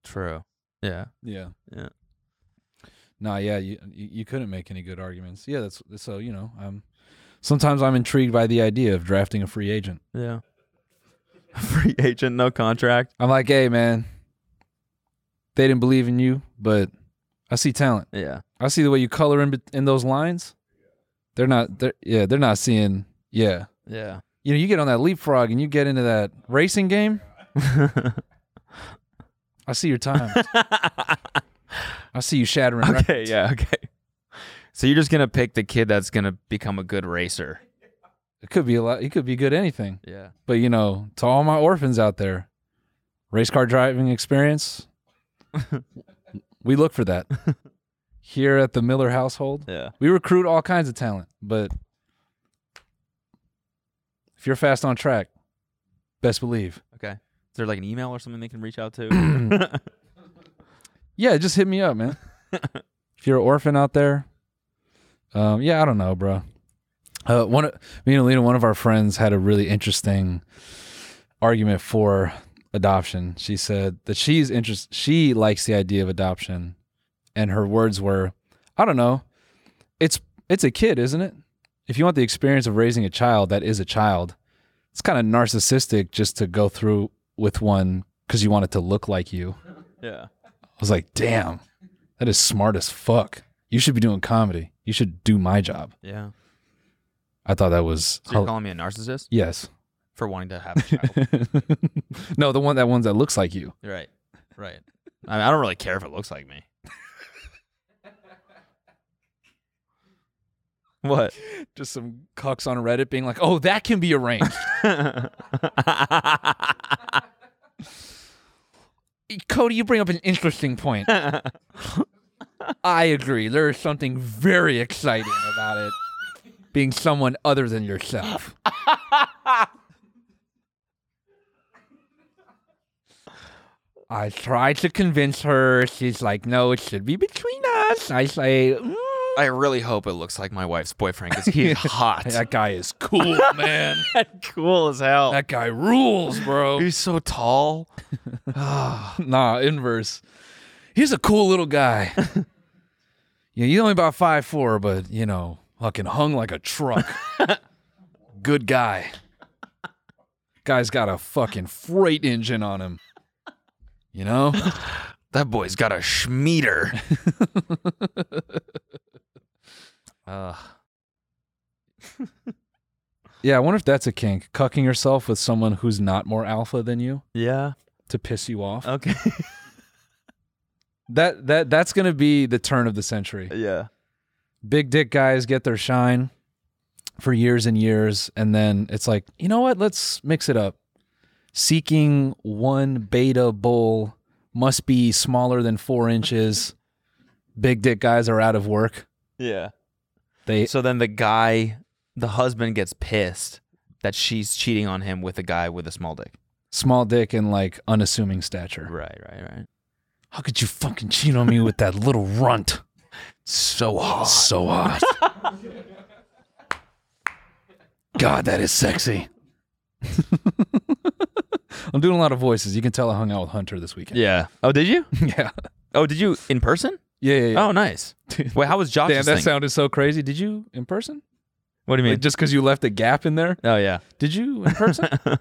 [SPEAKER 5] true. Yeah.
[SPEAKER 4] Yeah.
[SPEAKER 5] Yeah.
[SPEAKER 4] Nah, yeah, you you you couldn't make any good arguments. Yeah, that's so you know. Um, sometimes I'm intrigued by the idea of drafting a free agent.
[SPEAKER 5] Yeah. Free agent, no contract.
[SPEAKER 4] I'm like, hey, man, they didn't believe in you, but I see talent.
[SPEAKER 5] Yeah.
[SPEAKER 4] I see the way you color in bet- in those lines. They're not. They're yeah. They're not seeing. Yeah.
[SPEAKER 5] Yeah.
[SPEAKER 4] You know, you get on that leapfrog and you get into that racing game. I see your time. I see you shattering.
[SPEAKER 5] Okay,
[SPEAKER 4] records.
[SPEAKER 5] yeah, okay. So you're just going to pick the kid that's going to become a good racer.
[SPEAKER 4] It could be a lot. It could be good anything.
[SPEAKER 5] Yeah.
[SPEAKER 4] But you know, to all my orphans out there, race car driving experience, we look for that. Here at the Miller household,
[SPEAKER 5] Yeah.
[SPEAKER 4] we recruit all kinds of talent, but if you're fast on track, best believe.
[SPEAKER 5] Okay. Is there like an email or something they can reach out to?
[SPEAKER 4] Yeah, just hit me up, man. if you're an orphan out there, um, yeah, I don't know, bro. Uh, one, of- me and Alina, one of our friends had a really interesting argument for adoption. She said that she's interest, she likes the idea of adoption, and her words were, "I don't know, it's it's a kid, isn't it? If you want the experience of raising a child, that is a child. It's kind of narcissistic just to go through with one because you want it to look like you."
[SPEAKER 5] Yeah.
[SPEAKER 4] I was like, "Damn, that is smart as fuck. You should be doing comedy. You should do my job."
[SPEAKER 5] Yeah.
[SPEAKER 4] I thought that was
[SPEAKER 5] So you're
[SPEAKER 4] hel-
[SPEAKER 5] calling me a narcissist
[SPEAKER 4] yes.
[SPEAKER 5] for wanting to have a child?
[SPEAKER 4] no, the one that ones that looks like you.
[SPEAKER 5] right. Right. I, mean, I don't really care if it looks like me. what?
[SPEAKER 4] Just some cucks on Reddit being like, "Oh, that can be arranged." Cody, you bring up an interesting point. I agree. There is something very exciting about it being someone other than yourself. I tried to convince her. She's like, "No, it should be between us." I say, "Mm,
[SPEAKER 5] I really hope it looks like my wife's boyfriend because he's hot.
[SPEAKER 4] "That guy is cool, man.
[SPEAKER 5] cool as hell.
[SPEAKER 4] That guy rules, bro."
[SPEAKER 5] He's so tall.
[SPEAKER 4] nah, inverse. He's a cool little guy. yeah, he's only about five four, but you know, fucking hung like a truck. Good guy. Guy's got a fucking freight engine on him. You know?
[SPEAKER 5] That boy's got a schmeater. Ugh.
[SPEAKER 4] Yeah, I wonder if that's a kink. Cucking yourself with someone who's not more alpha than you
[SPEAKER 5] yeah.
[SPEAKER 4] to piss you off.
[SPEAKER 5] Okay.
[SPEAKER 4] That that that's gonna be the turn of the century.
[SPEAKER 5] yeah.
[SPEAKER 4] big dick guys get their shine for years and years and then it's like you know what let's mix it up seeking one beta bull must be smaller than four inches big dick guys are out of work
[SPEAKER 5] Yeah.
[SPEAKER 4] they
[SPEAKER 5] So then the guy, the husband gets pissed that she's cheating on him with a guy with a small dick.
[SPEAKER 4] small dick and like unassuming stature
[SPEAKER 5] Right, right, right.
[SPEAKER 4] how could you fucking cheat on me with that little runt
[SPEAKER 5] So hot.
[SPEAKER 4] so hot god that is sexy i'm doing a lot of voices you can tell i hung out with hunter this weekend
[SPEAKER 5] Yeah. Oh, did you?
[SPEAKER 4] Yeah.
[SPEAKER 5] Oh, did you in person?
[SPEAKER 4] Yeah, yeah, yeah.
[SPEAKER 5] Oh, nice. Wait, how was Josh's
[SPEAKER 4] Damn, that
[SPEAKER 5] thing?
[SPEAKER 4] sounded so crazy. Did you in person?
[SPEAKER 5] what do you mean?
[SPEAKER 4] Like, just because you left a gap in there?
[SPEAKER 5] oh, yeah.
[SPEAKER 4] Did you in person?
[SPEAKER 5] Did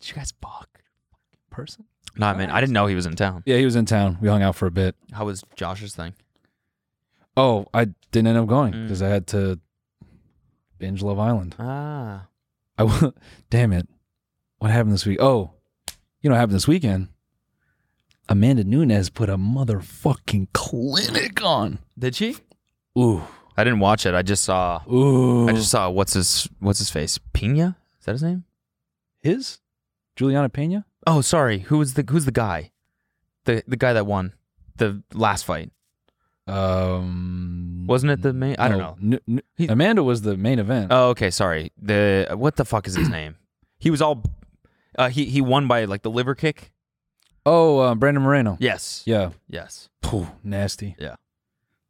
[SPEAKER 5] you guys fuck?
[SPEAKER 4] person?
[SPEAKER 5] No, I mean, I didn't know he was in town.
[SPEAKER 4] Yeah, he was in town. We hung out for a bit.
[SPEAKER 5] How was Josh's thing?
[SPEAKER 4] Oh, I didn't end up going
[SPEAKER 5] Mm.
[SPEAKER 4] because I had to binge Love Island.
[SPEAKER 5] Ah.
[SPEAKER 4] I w- damn it. What happened this week? Oh, you know what happened this weekend? Amanda Nunes put a motherfucking clinic on.
[SPEAKER 5] Did she?
[SPEAKER 4] Ooh,
[SPEAKER 5] I didn't watch it. I just saw.
[SPEAKER 4] ooh.
[SPEAKER 5] I just saw what's his what's his face? Pina? Is that his name?
[SPEAKER 4] his Juliana Pena.
[SPEAKER 5] Oh, sorry. Who was the who's the guy? The the guy that won the last fight
[SPEAKER 4] Um,
[SPEAKER 5] wasn't it the main? I don't
[SPEAKER 4] no,
[SPEAKER 5] know.
[SPEAKER 4] N- n-
[SPEAKER 5] He-
[SPEAKER 4] Amanda was the main event.
[SPEAKER 5] Oh, okay. Sorry. The what the fuck is his name? He was all. Uh, he he won by like the liver kick.
[SPEAKER 4] Oh, uh, Brandon Moreno.
[SPEAKER 5] Yes.
[SPEAKER 4] Yeah.
[SPEAKER 5] Yes.
[SPEAKER 4] Phew, nasty.
[SPEAKER 5] Yeah.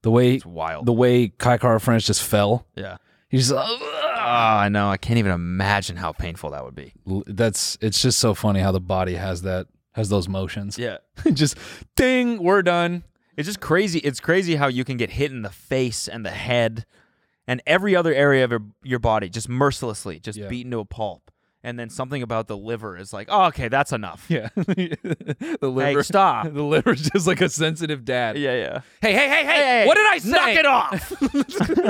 [SPEAKER 4] The way
[SPEAKER 5] It's wild.
[SPEAKER 4] the way Kai Car French just fell.
[SPEAKER 5] yeah.
[SPEAKER 4] He's
[SPEAKER 5] Ah, I know. I can't even imagine how painful that would be.
[SPEAKER 4] that's it's just so funny how the body has that has those motions.
[SPEAKER 5] Yeah.
[SPEAKER 4] just ding, we're done.
[SPEAKER 5] It's just crazy. It's crazy how you can get hit in the face and the head and every other area of your, your body just mercilessly, just
[SPEAKER 4] Yeah.
[SPEAKER 5] beaten to a pulp. And then something about the liver is like, oh, okay, that's enough.
[SPEAKER 4] Yeah. the
[SPEAKER 5] Hey,
[SPEAKER 4] liver
[SPEAKER 5] stop.
[SPEAKER 4] the liver's just like a sensitive dad.
[SPEAKER 5] yeah, yeah.
[SPEAKER 4] Hey, hey, hey, hey,
[SPEAKER 5] Hey,
[SPEAKER 4] What did I say?
[SPEAKER 5] Knock it off.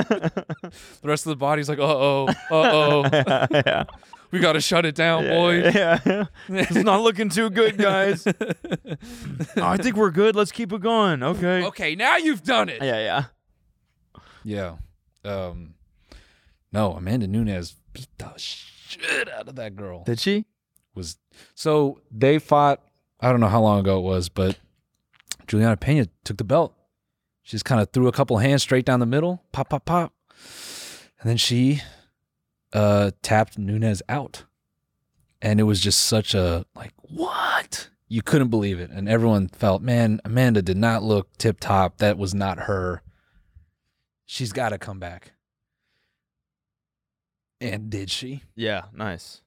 [SPEAKER 4] The rest of the body's like, uh oh, uh oh.
[SPEAKER 5] yeah,
[SPEAKER 4] we gotta shut it down, boy.
[SPEAKER 5] yeah. it's not looking too good, guys. oh, I think we're good. Let's keep it going. Okay.
[SPEAKER 4] Okay, now you've done it.
[SPEAKER 5] Yeah, yeah.
[SPEAKER 4] Yeah. Um no, Amanda Nunes beat the shit out of that girl.
[SPEAKER 5] Did she?
[SPEAKER 4] was so they fought I don't know how long ago it was, but Juliana Pena took the belt. She just kind of threw a couple hands straight down the middle, pop, pop, pop. And then she uh tapped Nunez out. And it was just such a like, what? You couldn't believe it. And everyone felt, man, Amanda did not look tip top. That was not her. She's gotta come back. And did she?
[SPEAKER 5] Yeah, nice.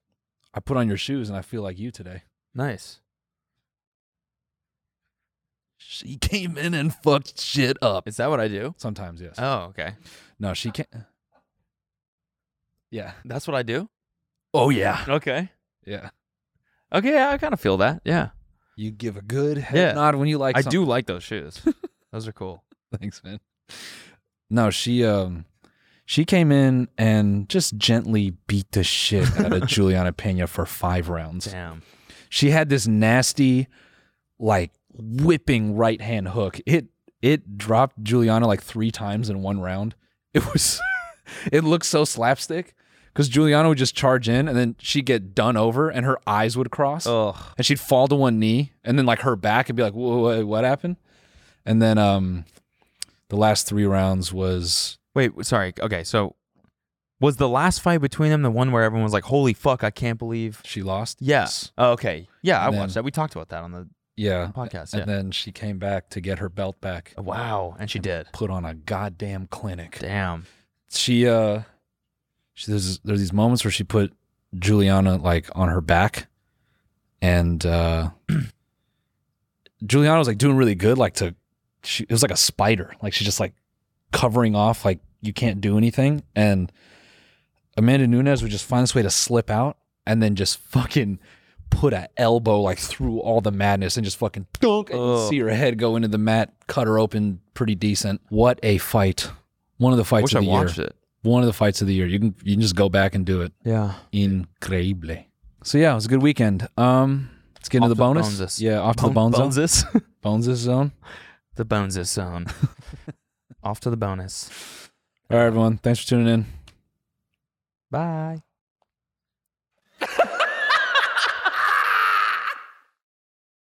[SPEAKER 4] I put on your shoes and I feel like you today.
[SPEAKER 5] Nice.
[SPEAKER 4] She came in and fucked shit up. Uh,
[SPEAKER 5] Is that what I do?
[SPEAKER 4] Sometimes, yes.
[SPEAKER 5] Oh, okay.
[SPEAKER 4] no, she can't. Yeah.
[SPEAKER 5] That's what I do?
[SPEAKER 4] Oh, yeah.
[SPEAKER 5] Okay.
[SPEAKER 4] Yeah.
[SPEAKER 5] Okay, yeah, I kind of feel that. Yeah.
[SPEAKER 4] You give a good head
[SPEAKER 5] Yeah.
[SPEAKER 4] nod when you like
[SPEAKER 5] I
[SPEAKER 4] something.
[SPEAKER 5] do like those shoes. those are cool.
[SPEAKER 4] Thanks, man. No, she um she came in and just gently beat the shit out of Juliana Pena for five rounds.
[SPEAKER 5] Damn.
[SPEAKER 4] She had this nasty, like whipping right hand hook. It it dropped Juliana like three times in one round. It was it looked so slapstick because Juliana would just charge in and then she'd get done over and her eyes would cross
[SPEAKER 5] Oh,
[SPEAKER 4] and she'd fall to one knee and then like her back and be like, "Whoa, whoa, what happened?" And then um, the last three rounds was
[SPEAKER 5] wait. Sorry. Okay, so was the last fight between them the one where everyone was like, "Holy fuck, I can't believe."
[SPEAKER 4] she lost.
[SPEAKER 5] Yes. Oh, okay. Yeah, I
[SPEAKER 4] And
[SPEAKER 5] watched
[SPEAKER 4] then-
[SPEAKER 5] that. We talked about that on the
[SPEAKER 4] yeah.
[SPEAKER 5] podcast.
[SPEAKER 4] And
[SPEAKER 5] Yeah. Oh.
[SPEAKER 4] then she came back to get her belt back.
[SPEAKER 5] wow, and she did.
[SPEAKER 4] Put on a goddamn clinic.
[SPEAKER 5] Damn.
[SPEAKER 4] She uh, she, there's there's these moments where she put Juliana like on her back, and uh, Juliana was like doing really good. Like to, she it was like a spider. Like she just like covering off. Like you can't do anything. And Amanda Nunes would just find this way to slip out and then just fucking put a elbow like through all the madness and just fucking dunk and you'd
[SPEAKER 5] Ugh.
[SPEAKER 4] see her head go into the mat, cut her open pretty decent. What a fight! One of the
[SPEAKER 5] I
[SPEAKER 4] fights
[SPEAKER 5] wish
[SPEAKER 4] of
[SPEAKER 5] I
[SPEAKER 4] the year
[SPEAKER 5] watched it.
[SPEAKER 4] one of the fights of the year. You can you can just go back and do it.
[SPEAKER 5] Yeah.
[SPEAKER 4] Increíble. So yeah, it was a good weekend. Um, let's get into
[SPEAKER 5] Off to the
[SPEAKER 4] the bonus.
[SPEAKER 5] boneses.
[SPEAKER 4] Yeah, off to the bone zone.
[SPEAKER 5] boneses.
[SPEAKER 4] Boneses zone.
[SPEAKER 5] the boneses zone. Off to the bonus.
[SPEAKER 4] All right, everyone. Thanks for tuning in.
[SPEAKER 5] Bye.